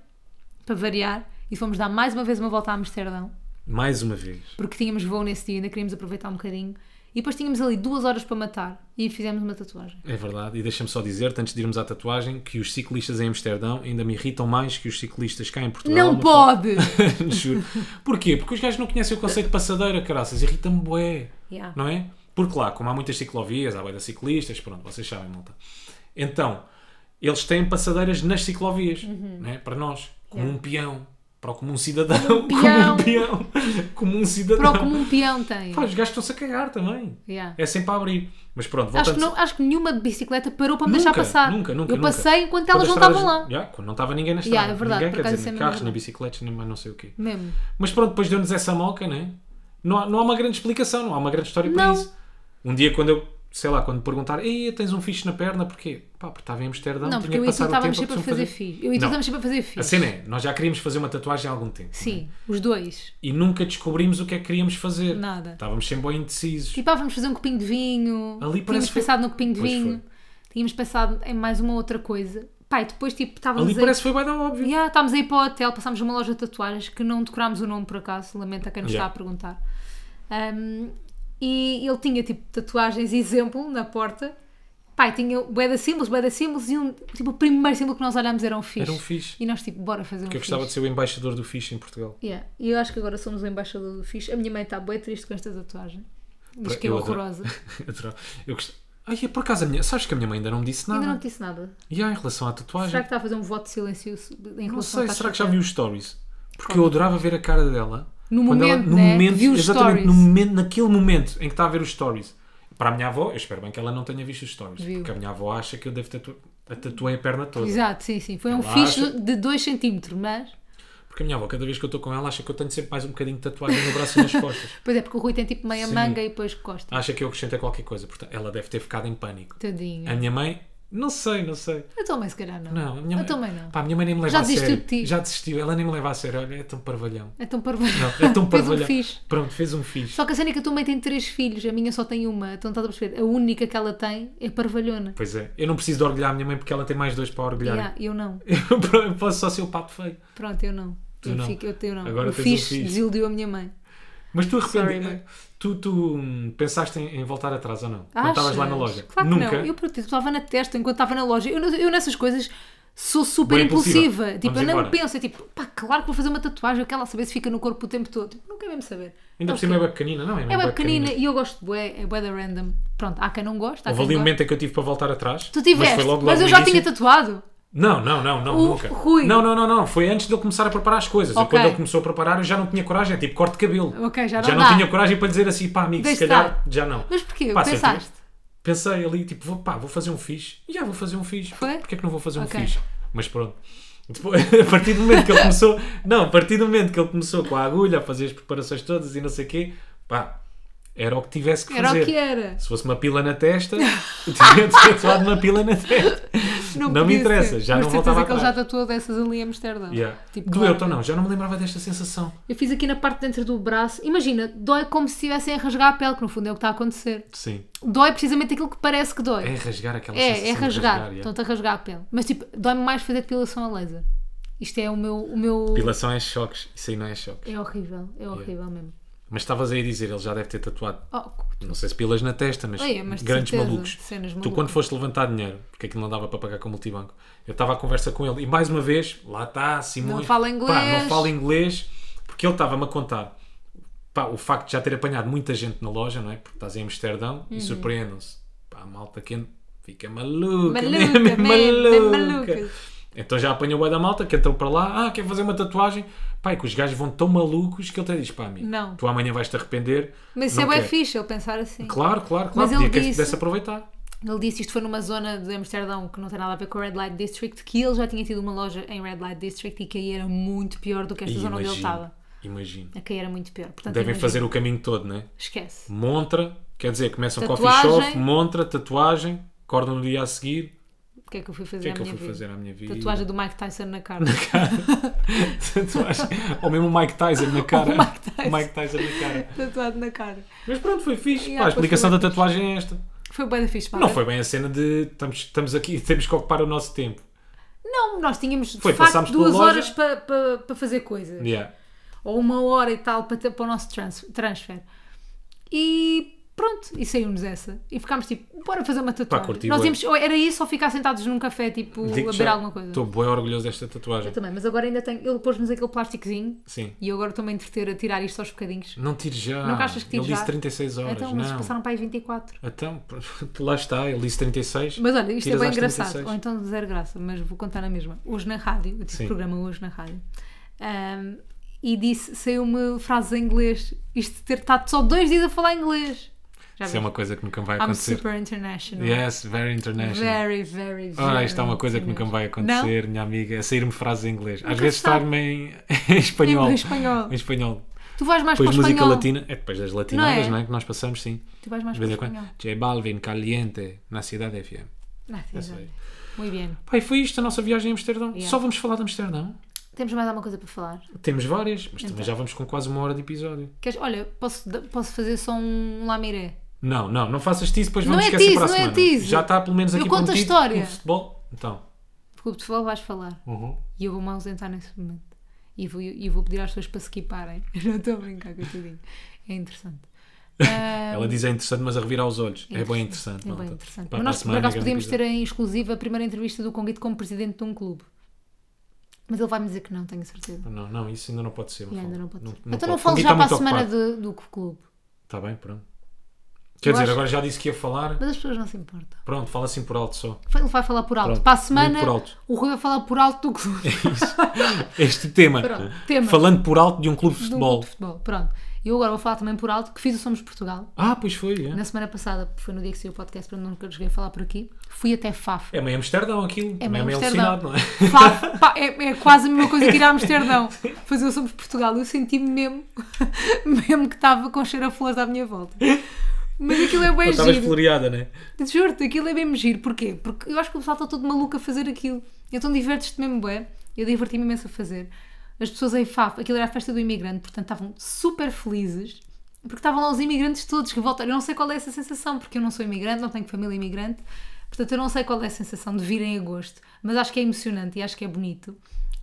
[SPEAKER 1] para variar, e fomos dar mais uma vez uma volta a Amsterdão,
[SPEAKER 2] Mais uma vez.
[SPEAKER 1] porque tínhamos voo nesse dia, ainda queríamos aproveitar um bocadinho. E depois tínhamos ali duas horas para matar e fizemos uma tatuagem.
[SPEAKER 2] É verdade. E deixa-me só dizer-te, antes de irmos à tatuagem, que os ciclistas em Amsterdão ainda me irritam mais que os ciclistas cá em Portugal. É
[SPEAKER 1] Não
[SPEAKER 2] Mafalda.
[SPEAKER 1] pode!
[SPEAKER 2] <laughs> Juro. Porquê? Porque os gajos não conhecem o conceito de passadeira, caraças. Irrita-me bué.
[SPEAKER 1] Yeah.
[SPEAKER 2] Não é? Porque lá, como há muitas ciclovias, há bué de ciclistas, pronto, vocês sabem, malta. Então, eles têm passadeiras nas ciclovias, não é? Para nós. Como
[SPEAKER 1] Uhum. Yeah.
[SPEAKER 2] um peão. Para o como um
[SPEAKER 1] peão.
[SPEAKER 2] cidadão. <laughs> Como um peão. Como um cidadão.
[SPEAKER 1] Para o comum peão tem.
[SPEAKER 2] Pá, os gajos estão-se a cagar também.
[SPEAKER 1] Yeah.
[SPEAKER 2] É sempre a abrir. Mas pronto,
[SPEAKER 1] Acho que,
[SPEAKER 2] voltando...
[SPEAKER 1] não- acho que nenhuma bicicleta parou para me
[SPEAKER 2] Nunca,
[SPEAKER 1] deixar passar.
[SPEAKER 2] Nunca, nunca,
[SPEAKER 1] Eu
[SPEAKER 2] nunca.
[SPEAKER 1] passei enquanto
[SPEAKER 2] Quando
[SPEAKER 1] elas
[SPEAKER 2] as
[SPEAKER 1] não
[SPEAKER 2] estradas-
[SPEAKER 1] estavam lá.
[SPEAKER 2] Yeah, quando não estava ninguém na estrada.
[SPEAKER 1] Yeah, é verdade,
[SPEAKER 2] ninguém,
[SPEAKER 1] por
[SPEAKER 2] quer
[SPEAKER 1] acaso
[SPEAKER 2] dizer,
[SPEAKER 1] é
[SPEAKER 2] nem
[SPEAKER 1] mesmo
[SPEAKER 2] carros, nem
[SPEAKER 1] verdade.
[SPEAKER 2] bicicletas, nem mais não sei o quê.
[SPEAKER 1] Mesmo.
[SPEAKER 2] Mas pronto, depois deu-nos essa moca, né? Não há, não há uma grande explicação, não há uma grande história para
[SPEAKER 1] Não.
[SPEAKER 2] isso. Um dia, quando eu, sei lá, quando me perguntar, ei, tens um fixe na perna, porquê? Pá, porque estava em Amsterdão,
[SPEAKER 1] Não,
[SPEAKER 2] tinha
[SPEAKER 1] porque
[SPEAKER 2] que
[SPEAKER 1] eu e tu
[SPEAKER 2] passar o tempo
[SPEAKER 1] estávamos sempre a
[SPEAKER 2] pessoa
[SPEAKER 1] fazer filho. Eu e tu
[SPEAKER 2] Não.
[SPEAKER 1] estávamos sempre a fazer filho.
[SPEAKER 2] A cena é, nós já queríamos fazer uma tatuagem há algum tempo.
[SPEAKER 1] Sim, os dois.
[SPEAKER 2] E nunca descobrimos o que é que queríamos fazer.
[SPEAKER 1] Nada.
[SPEAKER 2] Estávamos sempre bem indecisos.
[SPEAKER 1] Tipo, ah, vamos fazer um copinho de vinho.
[SPEAKER 2] Ali parece
[SPEAKER 1] Tínhamos
[SPEAKER 2] que foi-
[SPEAKER 1] pensado no copinho de
[SPEAKER 2] Pois
[SPEAKER 1] vinho. Tínhamos pensado em mais uma outra coisa. Pá, e depois, tipo, estávamos
[SPEAKER 2] Ali
[SPEAKER 1] aí...
[SPEAKER 2] parece que foi bem da óbvio.
[SPEAKER 1] Yeah, estávamos aí para o hotel, passámos numa loja de tatuagens que não decorámos o nome por acaso, lamento a quem nos
[SPEAKER 2] Yeah.
[SPEAKER 1] está a perguntar. Um, e ele tinha tipo tatuagens exemplo na porta. Pai, tinha bué de símbolos, bué de símbolos e um, tipo, o primeiro símbolo que nós olhámos era um fixe.
[SPEAKER 2] Era um fixe.
[SPEAKER 1] E nós tipo, bora fazer um
[SPEAKER 2] Porque eu
[SPEAKER 1] fixe.
[SPEAKER 2] gostava de ser o embaixador do fixe em Portugal.
[SPEAKER 1] Yeah. E eu acho que agora somos o embaixador do fixe. A minha mãe está bué triste com esta tatuagem. Diz
[SPEAKER 2] Por-
[SPEAKER 1] que é
[SPEAKER 2] eu adoro-
[SPEAKER 1] horrorosa.
[SPEAKER 2] Adorava. <laughs> eu gostava. Ai, é por acaso a minha. Sabes que a minha mãe ainda não me disse nada?
[SPEAKER 1] Ainda não te disse nada.
[SPEAKER 2] E há em relação à tatuagem.
[SPEAKER 1] Será que está a fazer um voto de silêncio em
[SPEAKER 2] Ah, Não
[SPEAKER 1] relação
[SPEAKER 2] sei,
[SPEAKER 1] à
[SPEAKER 2] será que já
[SPEAKER 1] taxa
[SPEAKER 2] viu os stories? Porque eu adorava ver a cara dela.
[SPEAKER 1] No
[SPEAKER 2] quando ela-
[SPEAKER 1] momento, né? Viu os
[SPEAKER 2] exatamente, no
[SPEAKER 1] stories.
[SPEAKER 2] momento, naquele momento em que está a ver os stories. Para a minha avó, eu espero bem que ela não tenha visto os stories.
[SPEAKER 1] Viu.
[SPEAKER 2] Porque a minha avó acha que eu devo tatuar a tatuei a perna toda.
[SPEAKER 1] Exato, sim, sim. Foi um
[SPEAKER 2] Ela
[SPEAKER 1] fixe
[SPEAKER 2] acha-
[SPEAKER 1] de 2 cm, mas.
[SPEAKER 2] Porque a minha avó, cada vez que eu estou com ela, acha que eu tenho sempre mais um bocadinho de tatuagem no braço e nas
[SPEAKER 1] <laughs>
[SPEAKER 2] costas.
[SPEAKER 1] Pois é, porque o Rui tem tipo meia
[SPEAKER 2] Sim.
[SPEAKER 1] manga e depois costa.
[SPEAKER 2] Acha que eu acrescentei qualquer coisa. Portanto, ela deve ter ficado em pânico.
[SPEAKER 1] Tadinho.
[SPEAKER 2] A minha mãe, não sei, não sei.
[SPEAKER 1] Eu também, se calhar, não.
[SPEAKER 2] É. Não, a minha
[SPEAKER 1] Eu
[SPEAKER 2] mãe,
[SPEAKER 1] também não.
[SPEAKER 2] Pá, a minha mãe nem me leva
[SPEAKER 1] Já
[SPEAKER 2] a
[SPEAKER 1] desistiu
[SPEAKER 2] sério.
[SPEAKER 1] de ti.
[SPEAKER 2] Já desistiu, ela nem me leva a sério. Olha, é
[SPEAKER 1] <laughs>
[SPEAKER 2] tão parvalhão.
[SPEAKER 1] É tão parvo.
[SPEAKER 2] Não, é tão
[SPEAKER 1] Fez um
[SPEAKER 2] parvalhão.
[SPEAKER 1] fixe.
[SPEAKER 2] Pronto, fez um fixe.
[SPEAKER 1] Só que a cena é que a tua mãe tem três filhos, a minha só tem uma. Então estás a perceber? A única que ela tem é parvalhona.
[SPEAKER 2] Pois é, eu não preciso de orgulhar a minha mãe porque ela tem mais dois para orgulhar.
[SPEAKER 1] Yeah, eu não.
[SPEAKER 2] Eu <laughs> posso só ser o papo feio.
[SPEAKER 1] Pronto, eu não.
[SPEAKER 2] Tu
[SPEAKER 1] eu,
[SPEAKER 2] não.
[SPEAKER 1] Fico, eu, eu não.
[SPEAKER 2] Agora
[SPEAKER 1] o
[SPEAKER 2] tens um
[SPEAKER 1] fixe
[SPEAKER 2] fixe.
[SPEAKER 1] desiludiu a minha mãe.
[SPEAKER 2] Mas tu
[SPEAKER 1] Sorry,
[SPEAKER 2] arrependes.
[SPEAKER 1] mãe.
[SPEAKER 2] Tu, tu hum, pensaste em, em voltar atrás ou não? Quando estavas lá na
[SPEAKER 1] Achas?
[SPEAKER 2] loja?
[SPEAKER 1] Claro que
[SPEAKER 2] Nunca.
[SPEAKER 1] não. Eu protito, estava na testa enquanto estava na loja. Eu, não- eu nessas coisas sou super
[SPEAKER 2] Bem impulsiva.
[SPEAKER 1] impulsiva. Tipo,
[SPEAKER 4] Vamos
[SPEAKER 1] eu não
[SPEAKER 4] embora.
[SPEAKER 1] penso. É tipo, pá, claro que vou fazer uma tatuagem, eu quero lá saber se fica no corpo o tempo todo. Tipo, não quero mesmo saber.
[SPEAKER 2] Ainda por
[SPEAKER 1] Ok.
[SPEAKER 2] cima é bem pequenina, não é?
[SPEAKER 1] É web pequenina e eu gosto de bué, é bué da random. Pronto, há quem não gosta, há
[SPEAKER 2] Houve
[SPEAKER 1] quem
[SPEAKER 2] ali
[SPEAKER 1] gosta.
[SPEAKER 2] um momento em que eu tive para voltar atrás.
[SPEAKER 1] Tu tiveste, mas,
[SPEAKER 2] foi logo, logo
[SPEAKER 1] eu
[SPEAKER 2] no
[SPEAKER 1] já
[SPEAKER 2] início.
[SPEAKER 1] tinha tatuado.
[SPEAKER 2] Não, não, não, não,
[SPEAKER 1] O
[SPEAKER 2] nunca.
[SPEAKER 1] Rui.
[SPEAKER 2] Não, não, não, não. Foi antes de ele começar a preparar as coisas. Eu,
[SPEAKER 1] Ok.
[SPEAKER 2] Quando ele começou a preparar, eu já não tinha coragem. É Tipo, corte de cabelo.
[SPEAKER 1] Ok, já não
[SPEAKER 2] já
[SPEAKER 1] dá.
[SPEAKER 2] não tinha coragem para dizer assim, pá, amigo,
[SPEAKER 1] Deixa
[SPEAKER 2] se calhar
[SPEAKER 1] estar.
[SPEAKER 2] já não.
[SPEAKER 1] Mas porquê?
[SPEAKER 2] Pá, sempre-
[SPEAKER 1] Pensaste?
[SPEAKER 2] Pensei ali, tipo, vou, pá, vou fazer um fixe. Já vou fazer um fixe.
[SPEAKER 1] Foi?
[SPEAKER 2] Porquê é que não vou fazer
[SPEAKER 1] Ok.
[SPEAKER 2] um fixe? Mas pronto. Depois, <laughs> a partir do momento que ele começou. Não, a partir do momento que ele começou com a agulha a fazer as preparações todas e não sei o quê, pá, era o que tivesse que
[SPEAKER 1] Era
[SPEAKER 2] fazer.
[SPEAKER 1] o que era.
[SPEAKER 2] Se fosse uma pila na testa, <laughs> eu tinha tatuado uma pila
[SPEAKER 1] <laughs>
[SPEAKER 2] na testa. Não me
[SPEAKER 1] podia ser.
[SPEAKER 2] interessa, já
[SPEAKER 1] Mas
[SPEAKER 2] não
[SPEAKER 1] certeza
[SPEAKER 2] voltava
[SPEAKER 1] que ele já
[SPEAKER 2] atrás.
[SPEAKER 1] tatuou dessas ali em Amsterdão.
[SPEAKER 2] Yeah.
[SPEAKER 1] Tipo,
[SPEAKER 2] Doeu
[SPEAKER 1] claro.
[SPEAKER 2] ou não? Já não me lembrava desta sensação.
[SPEAKER 1] Eu fiz aqui na parte de dentro do braço. Imagina, dói como se estivessem a rasgar a pele, que no fundo é o que está a acontecer.
[SPEAKER 2] Sim.
[SPEAKER 1] Dói precisamente aquilo que parece que dói.
[SPEAKER 2] É rasgar aquela sensação.
[SPEAKER 1] É, é
[SPEAKER 2] de
[SPEAKER 1] rasgar.
[SPEAKER 2] yeah.
[SPEAKER 1] Estão-te a rasgar a pele. Mas tipo, dói-me mais fazer depilação a laser. Isto é o meu. O meu...
[SPEAKER 2] Depilação é choques. Isso aí não é choques.
[SPEAKER 1] É horrível, é horrível mesmo.
[SPEAKER 2] Mas estavas aí a dizer, ele já deve ter tatuado.
[SPEAKER 1] Oh,
[SPEAKER 2] Não sei se pilas na testa, mas,
[SPEAKER 1] Olha, mas de
[SPEAKER 2] grandes
[SPEAKER 1] certeza,
[SPEAKER 2] malucos.
[SPEAKER 1] cenas
[SPEAKER 2] Tu,
[SPEAKER 1] malucas.
[SPEAKER 2] quando foste levantar dinheiro, porque aquilo não dava para pagar com o multibanco, eu estava à conversa com ele e mais uma vez, lá está, Simões.
[SPEAKER 1] Não fala
[SPEAKER 2] Pá,
[SPEAKER 1] inglês.
[SPEAKER 2] não fala inglês, porque ele estava-me a contar pá, o facto de já ter apanhado muita gente na loja, não é? Porque estás em Amsterdão
[SPEAKER 1] Uhum.
[SPEAKER 2] e surpreendam-se. Pá, a malta quente fica maluca.
[SPEAKER 1] Maluca,
[SPEAKER 2] mesmo, <laughs>
[SPEAKER 1] mesmo, mesmo maluca.
[SPEAKER 2] Então já apanhou o bué da malta que entrou para lá, ah, quer fazer uma tatuagem. Pá, e que os gajos vão tão malucos que ele até diz, pá, amigo,
[SPEAKER 1] Não.
[SPEAKER 2] tu amanhã vais-te arrepender.
[SPEAKER 1] Mas isso
[SPEAKER 2] não
[SPEAKER 1] é bem
[SPEAKER 2] quero.
[SPEAKER 1] fixe, ele pensar assim.
[SPEAKER 2] Claro, claro, claro.
[SPEAKER 1] Mas ele
[SPEAKER 2] podia que
[SPEAKER 1] disse-
[SPEAKER 2] pudesse aproveitar.
[SPEAKER 1] Ele disse isto foi numa zona de Amsterdão que não tem nada a ver com o Red Light District, que ele já tinha tido uma loja em Red Light District e que aí era muito pior do que esta
[SPEAKER 2] E
[SPEAKER 1] zona onde ele
[SPEAKER 2] imagino,
[SPEAKER 1] estava.
[SPEAKER 2] Imagino.
[SPEAKER 1] A cair era muito pior. Portanto,
[SPEAKER 2] Devem
[SPEAKER 1] imagina.
[SPEAKER 2] fazer o caminho todo, não é?
[SPEAKER 1] Esquece.
[SPEAKER 2] Montra, quer dizer, começam
[SPEAKER 1] Tatuagem.
[SPEAKER 2] coffee shop, montra, tatuagem, acordam no dia a seguir,
[SPEAKER 1] O que é que eu fui
[SPEAKER 2] O
[SPEAKER 1] fazer
[SPEAKER 2] que é
[SPEAKER 1] à
[SPEAKER 2] que eu
[SPEAKER 1] minha
[SPEAKER 2] fui
[SPEAKER 1] vida?
[SPEAKER 2] fazer à minha vida?
[SPEAKER 1] Tatuagem do Mike Tyson na cara.
[SPEAKER 2] <laughs>
[SPEAKER 1] <laughs>
[SPEAKER 2] Tatuagem. Ou mesmo o Mike Tyson na cara.
[SPEAKER 1] Ou <laughs> o Mike Tyson.
[SPEAKER 2] O Mike Tyson na cara.
[SPEAKER 1] Tatuado na cara.
[SPEAKER 2] Mas pronto, foi fixe.
[SPEAKER 1] Yeah,
[SPEAKER 2] Pá,
[SPEAKER 1] pois
[SPEAKER 2] a
[SPEAKER 1] foi
[SPEAKER 2] explicação
[SPEAKER 1] bem
[SPEAKER 2] da tatuagem é esta.
[SPEAKER 1] Foi bem da fixe, pá.
[SPEAKER 2] Não foi bem a cena de estamos, estamos aqui <laughs> e temos que ocupar o nosso tempo.
[SPEAKER 1] Não, nós tínhamos de
[SPEAKER 2] Foi,
[SPEAKER 1] facto
[SPEAKER 2] passámos pela
[SPEAKER 1] duas
[SPEAKER 2] loja.
[SPEAKER 1] horas para para- para fazer coisas.
[SPEAKER 2] Yeah.
[SPEAKER 1] ou uma hora e tal para, ter- para o nosso trans- transfer. E pronto, e saiu-nos essa. E ficámos tipo, bora fazer uma tatuagem.
[SPEAKER 2] curti
[SPEAKER 1] Nós
[SPEAKER 2] bué.
[SPEAKER 1] íamos, ou era isso ou ficar sentados num café, tipo, a
[SPEAKER 2] Digo-te
[SPEAKER 1] beber
[SPEAKER 2] já,
[SPEAKER 1] alguma coisa.
[SPEAKER 2] Estou bem orgulhoso desta tatuagem.
[SPEAKER 1] Eu também, mas agora ainda tenho. Ele pôs-nos aquele plásticozinho
[SPEAKER 2] Sim.
[SPEAKER 1] e eu agora estou-me a entreter a tirar isto aos bocadinhos.
[SPEAKER 2] Não tires já.
[SPEAKER 1] Não achas que tires
[SPEAKER 2] Ele
[SPEAKER 1] já?
[SPEAKER 2] disse 36 horas.
[SPEAKER 1] então, mas
[SPEAKER 2] não.
[SPEAKER 1] passaram para aí 24.
[SPEAKER 2] Então, <laughs> pronto, lá está, ele disse 36.
[SPEAKER 1] Mas olha, isto
[SPEAKER 2] Tiras
[SPEAKER 1] é bem
[SPEAKER 2] às
[SPEAKER 1] engraçado.
[SPEAKER 2] 36.
[SPEAKER 1] Ou então zero graça, mas vou contar na mesma. Hoje na rádio, eu tive
[SPEAKER 2] Sim.
[SPEAKER 1] programa hoje na rádio. ahm, e disse, saiu uma frase em inglês. Isto de ter estado só dois dias a falar inglês. Já
[SPEAKER 2] Isso é
[SPEAKER 1] viste?
[SPEAKER 2] uma coisa que nunca vai
[SPEAKER 1] I'm
[SPEAKER 2] acontecer.
[SPEAKER 1] super international.
[SPEAKER 2] Yes, very international.
[SPEAKER 1] Very, very, very.
[SPEAKER 2] Ora, isto é uma coisa que nunca me vai acontecer, minha amiga, é sair-me frases em inglês. Às vezes estar-me em, em espanhol.
[SPEAKER 1] Em espanhol.
[SPEAKER 2] Em espanhol.
[SPEAKER 1] Tu vais mais
[SPEAKER 2] Depois
[SPEAKER 1] para o
[SPEAKER 2] música
[SPEAKER 1] espanhol.
[SPEAKER 2] latina. É depois das latinadas,
[SPEAKER 1] é?
[SPEAKER 2] não é? Que nós passamos, sim.
[SPEAKER 1] Tu vais mais
[SPEAKER 2] De
[SPEAKER 1] para o
[SPEAKER 2] vez em quando.
[SPEAKER 1] espanhol.
[SPEAKER 2] J Balvin, Caliente, na Cidade FM.
[SPEAKER 1] Ah, sim,
[SPEAKER 2] sei.
[SPEAKER 1] exato. Muito bem.
[SPEAKER 2] Pai, foi isto a nossa viagem a Amsterdão.
[SPEAKER 1] Yeah.
[SPEAKER 2] Só vamos falar de Amsterdão?
[SPEAKER 1] Temos mais alguma coisa para falar?
[SPEAKER 2] Temos várias, mas
[SPEAKER 1] então.
[SPEAKER 2] também já vamos com quase uma hora de episódio.
[SPEAKER 1] Queres, olha, posso, da- posso fazer só um lamiré?
[SPEAKER 2] Não, não, não faças tease, depois
[SPEAKER 1] Não
[SPEAKER 2] vamos
[SPEAKER 1] é
[SPEAKER 2] esquecer
[SPEAKER 1] tease,
[SPEAKER 2] para a
[SPEAKER 1] não é
[SPEAKER 2] semana.
[SPEAKER 1] tease.
[SPEAKER 2] Já está pelo menos
[SPEAKER 1] Eu
[SPEAKER 2] aqui
[SPEAKER 1] conto a
[SPEAKER 2] contido,
[SPEAKER 1] história.
[SPEAKER 2] o futebol. Então.
[SPEAKER 1] Porque o pessoal vais falar.
[SPEAKER 2] Uhum.
[SPEAKER 1] E eu vou-me ausentar nesse momento. E vou, e vou pedir às pessoas para se equiparem. <laughs> Não estou a brincar com tudinho. É interessante. Ah,
[SPEAKER 2] Ela diz é interessante, mas a revirar os olhos. É bem interessante.
[SPEAKER 1] é
[SPEAKER 2] malta.
[SPEAKER 1] bem interessante.
[SPEAKER 2] Pá,
[SPEAKER 1] Mas
[SPEAKER 2] para a
[SPEAKER 1] nós, por
[SPEAKER 2] semana,
[SPEAKER 1] acaso,
[SPEAKER 2] grande
[SPEAKER 1] podíamos
[SPEAKER 2] episódio.
[SPEAKER 1] ter em exclusiva a primeira entrevista do Conguito como presidente de um clube. Mas ele vai-me dizer que não, tenho certeza.
[SPEAKER 2] Não, não, isso ainda não pode ser.
[SPEAKER 1] E
[SPEAKER 2] Mafalda.
[SPEAKER 1] ainda não pode ser.
[SPEAKER 2] pode.
[SPEAKER 1] então não
[SPEAKER 2] O
[SPEAKER 1] falo
[SPEAKER 2] Gui
[SPEAKER 1] já
[SPEAKER 2] está
[SPEAKER 1] para a
[SPEAKER 2] muito
[SPEAKER 1] semana
[SPEAKER 2] ocupado.
[SPEAKER 1] de- do clube.
[SPEAKER 2] Está bem, pronto. Quer dizer,
[SPEAKER 1] acho-
[SPEAKER 2] agora já disse que ia falar.
[SPEAKER 1] Mas as pessoas não se importam.
[SPEAKER 2] Pronto, fala assim por alto só.
[SPEAKER 1] Ele vai falar por alto.
[SPEAKER 2] Pronto,
[SPEAKER 1] para a semana,
[SPEAKER 2] muito por alto. É
[SPEAKER 1] o Rui vai falar por alto do clube.
[SPEAKER 2] Este tema.
[SPEAKER 1] Pronto, tema.
[SPEAKER 2] Falando por alto de um clube de
[SPEAKER 1] do
[SPEAKER 2] futebol.
[SPEAKER 1] clube de futebol. Pronto. E eu agora vou falar também por alto que fiz o Somos Portugal.
[SPEAKER 2] Ah, pois foi. É,
[SPEAKER 1] Na semana passada, foi no dia que saiu o podcast, para não que eu cheguei a falar por aqui. Fui até Faf.
[SPEAKER 2] é meio Amsterdão aquilo. É
[SPEAKER 1] meio
[SPEAKER 2] meio
[SPEAKER 1] Amsterdão.
[SPEAKER 2] alucinado, não é? <laughs>
[SPEAKER 1] Faf, pá, é, é quase a mesma coisa que ir a Amsterdão. Fazer o Somos Portugal. Eu senti-me mesmo, <laughs> mesmo que estava com cheiro a flores à minha volta. Mas aquilo é
[SPEAKER 2] Ou
[SPEAKER 1] bem
[SPEAKER 2] Estavas
[SPEAKER 1] giro.
[SPEAKER 2] floreada, não é?
[SPEAKER 1] Juro-te, aquilo é mesmo giro. Porquê? Porque eu acho que o pessoal está todo maluco a fazer aquilo. Então divertes-te mesmo bem. Eu diverti-me imenso a fazer. As pessoas em FAF, aquilo era a festa do imigrante, portanto estavam super felizes. Porque estavam lá os imigrantes todos que voltaram. Eu não sei qual é essa sensação, porque eu não sou imigrante, não tenho família imigrante. Portanto, eu não sei qual é a sensação de vir em agosto. Mas acho que é emocionante e acho que é bonito.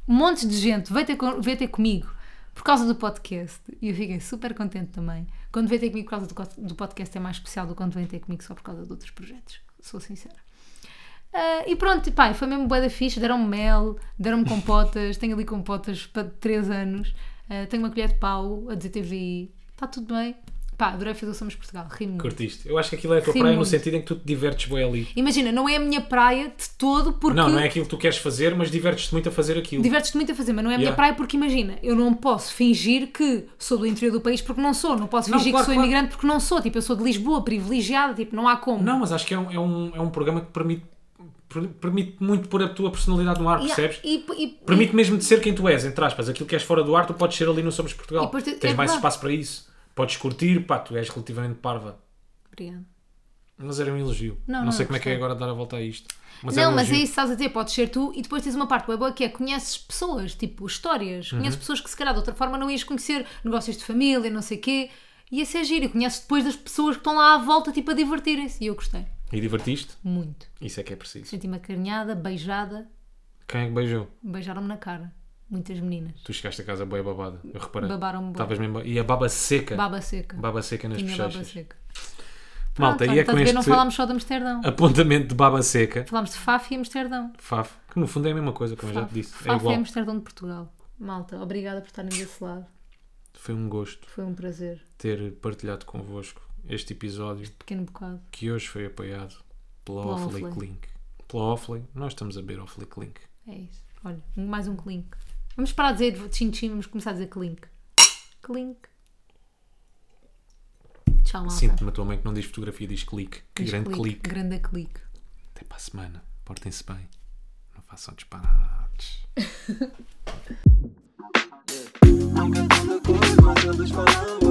[SPEAKER 1] Montes de gente veio ter, con- veio ter comigo por causa do podcast e eu fiquei super contente também. Quando vem ter comigo por causa do, co- do podcast é mais especial do que quando vem ter comigo só por causa de outros projetos, sou sincera. Ah, e pronto, pá, foi mesmo bué da fixe, deram-me mel, deram-me compotas, <laughs> tenho ali compotas para 3 anos, ah, tenho uma colher de pau, a dizer TVI, está tá tudo bem. Pá, adorei fazer o Somos Portugal, ri muito.
[SPEAKER 2] Curtiste. Eu acho que aquilo é a tua
[SPEAKER 1] Sim,
[SPEAKER 2] praia no
[SPEAKER 1] muito.
[SPEAKER 2] sentido em que tu te divertes bem ali.
[SPEAKER 1] Imagina, não é a minha praia de todo porque
[SPEAKER 2] Não, não é aquilo que tu queres fazer, mas divertes-te muito a fazer aquilo.
[SPEAKER 1] divertes-te muito a fazer, mas não é a minha
[SPEAKER 2] Hum. Yeah.
[SPEAKER 1] praia porque imagina, eu não posso fingir que sou do interior do país porque não sou, não posso
[SPEAKER 2] Não,
[SPEAKER 1] fingir
[SPEAKER 2] claro,
[SPEAKER 1] que sou
[SPEAKER 2] claro.
[SPEAKER 1] imigrante porque não sou, tipo, eu sou de Lisboa, privilegiada, tipo, não há como.
[SPEAKER 2] Não, mas acho que é um, é um, é um programa que permite, per- permite muito pôr a tua personalidade no ar,
[SPEAKER 1] E-
[SPEAKER 2] percebes?
[SPEAKER 1] e- e-
[SPEAKER 2] Permite mesmo de ser quem tu és, entre aspas. Aquilo que és fora do ar, tu podes ser ali no Somos
[SPEAKER 1] E
[SPEAKER 2] Portugal.
[SPEAKER 1] depois tu-
[SPEAKER 2] Tens
[SPEAKER 1] é
[SPEAKER 2] mais
[SPEAKER 1] verdade.
[SPEAKER 2] espaço para isso. Podes curtir, pá, tu és relativamente parva.
[SPEAKER 1] Obrigada.
[SPEAKER 2] Mas era um elogio.
[SPEAKER 1] Não,
[SPEAKER 2] Não,
[SPEAKER 1] não,
[SPEAKER 2] sei como é que é
[SPEAKER 1] gostei.
[SPEAKER 2] agora dar a volta a isto. Mas era
[SPEAKER 1] não,
[SPEAKER 2] um
[SPEAKER 1] mas é
[SPEAKER 2] elogio.
[SPEAKER 1] isso, estás a dizer, podes ser tu e depois tens uma parte bué boa que é conheces pessoas, tipo histórias,
[SPEAKER 2] Uhum.
[SPEAKER 1] conheces pessoas que se calhar de outra forma não ias conhecer, negócios de família, não sei quê, e esse é giro, e conheces depois das pessoas que estão lá à volta tipo a divertirem-se. E eu gostei
[SPEAKER 2] E divertiste?
[SPEAKER 1] muito.
[SPEAKER 2] Isso é que é preciso.
[SPEAKER 1] Senti-me acarinhada, beijada,
[SPEAKER 2] Quem é que beijou?
[SPEAKER 1] beijaram-me na cara. Muitas meninas.
[SPEAKER 2] Tu chegaste a casa boa babada. Eu reparei.
[SPEAKER 1] Babaram-me bué.
[SPEAKER 2] Estavas mesmo... E a baba seca.
[SPEAKER 1] Baba seca.
[SPEAKER 2] Baba seca nas
[SPEAKER 1] Tinha baba
[SPEAKER 2] bochechas.
[SPEAKER 1] seca.
[SPEAKER 2] Malta,
[SPEAKER 1] Pronto,
[SPEAKER 2] e é
[SPEAKER 1] olha,
[SPEAKER 2] com
[SPEAKER 1] estás a ver,
[SPEAKER 2] este Ah.
[SPEAKER 1] não falámos só de Amsterdão.
[SPEAKER 2] apontamento de baba seca,
[SPEAKER 1] Falámos de Faf e Amsterdão.
[SPEAKER 2] Faf, que no fundo é a mesma coisa, como eu já
[SPEAKER 1] Faf,
[SPEAKER 2] te disse.
[SPEAKER 1] Faf
[SPEAKER 2] É igual.
[SPEAKER 1] Amsterdão de Portugal. Malta, obrigada por estarem desse lado.
[SPEAKER 2] Foi um gosto
[SPEAKER 1] Foi um prazer.
[SPEAKER 2] ter partilhado convosco este episódio
[SPEAKER 1] Pequeno bocado.
[SPEAKER 2] que hoje foi apoiado pela
[SPEAKER 1] Pela
[SPEAKER 2] Offlink
[SPEAKER 1] Offley.
[SPEAKER 2] Link. Pela Offley, nós estamos a beber Offlink Link.
[SPEAKER 1] É isso. Olha, mais um clink. Vamos parar de dizer tchim-tchim, vamos começar a dizer clink. Clink. Tchau, malta.
[SPEAKER 2] Sinto-me atualmente que não diz fotografia, diz clique. Que
[SPEAKER 1] Diz
[SPEAKER 2] grande
[SPEAKER 1] clique,
[SPEAKER 2] clique.
[SPEAKER 1] Grande clique.
[SPEAKER 2] Até para a semana. Portem-se bem. Não façam disparates.
[SPEAKER 3] Nunca tanta cor, mas eles falam eh. eh.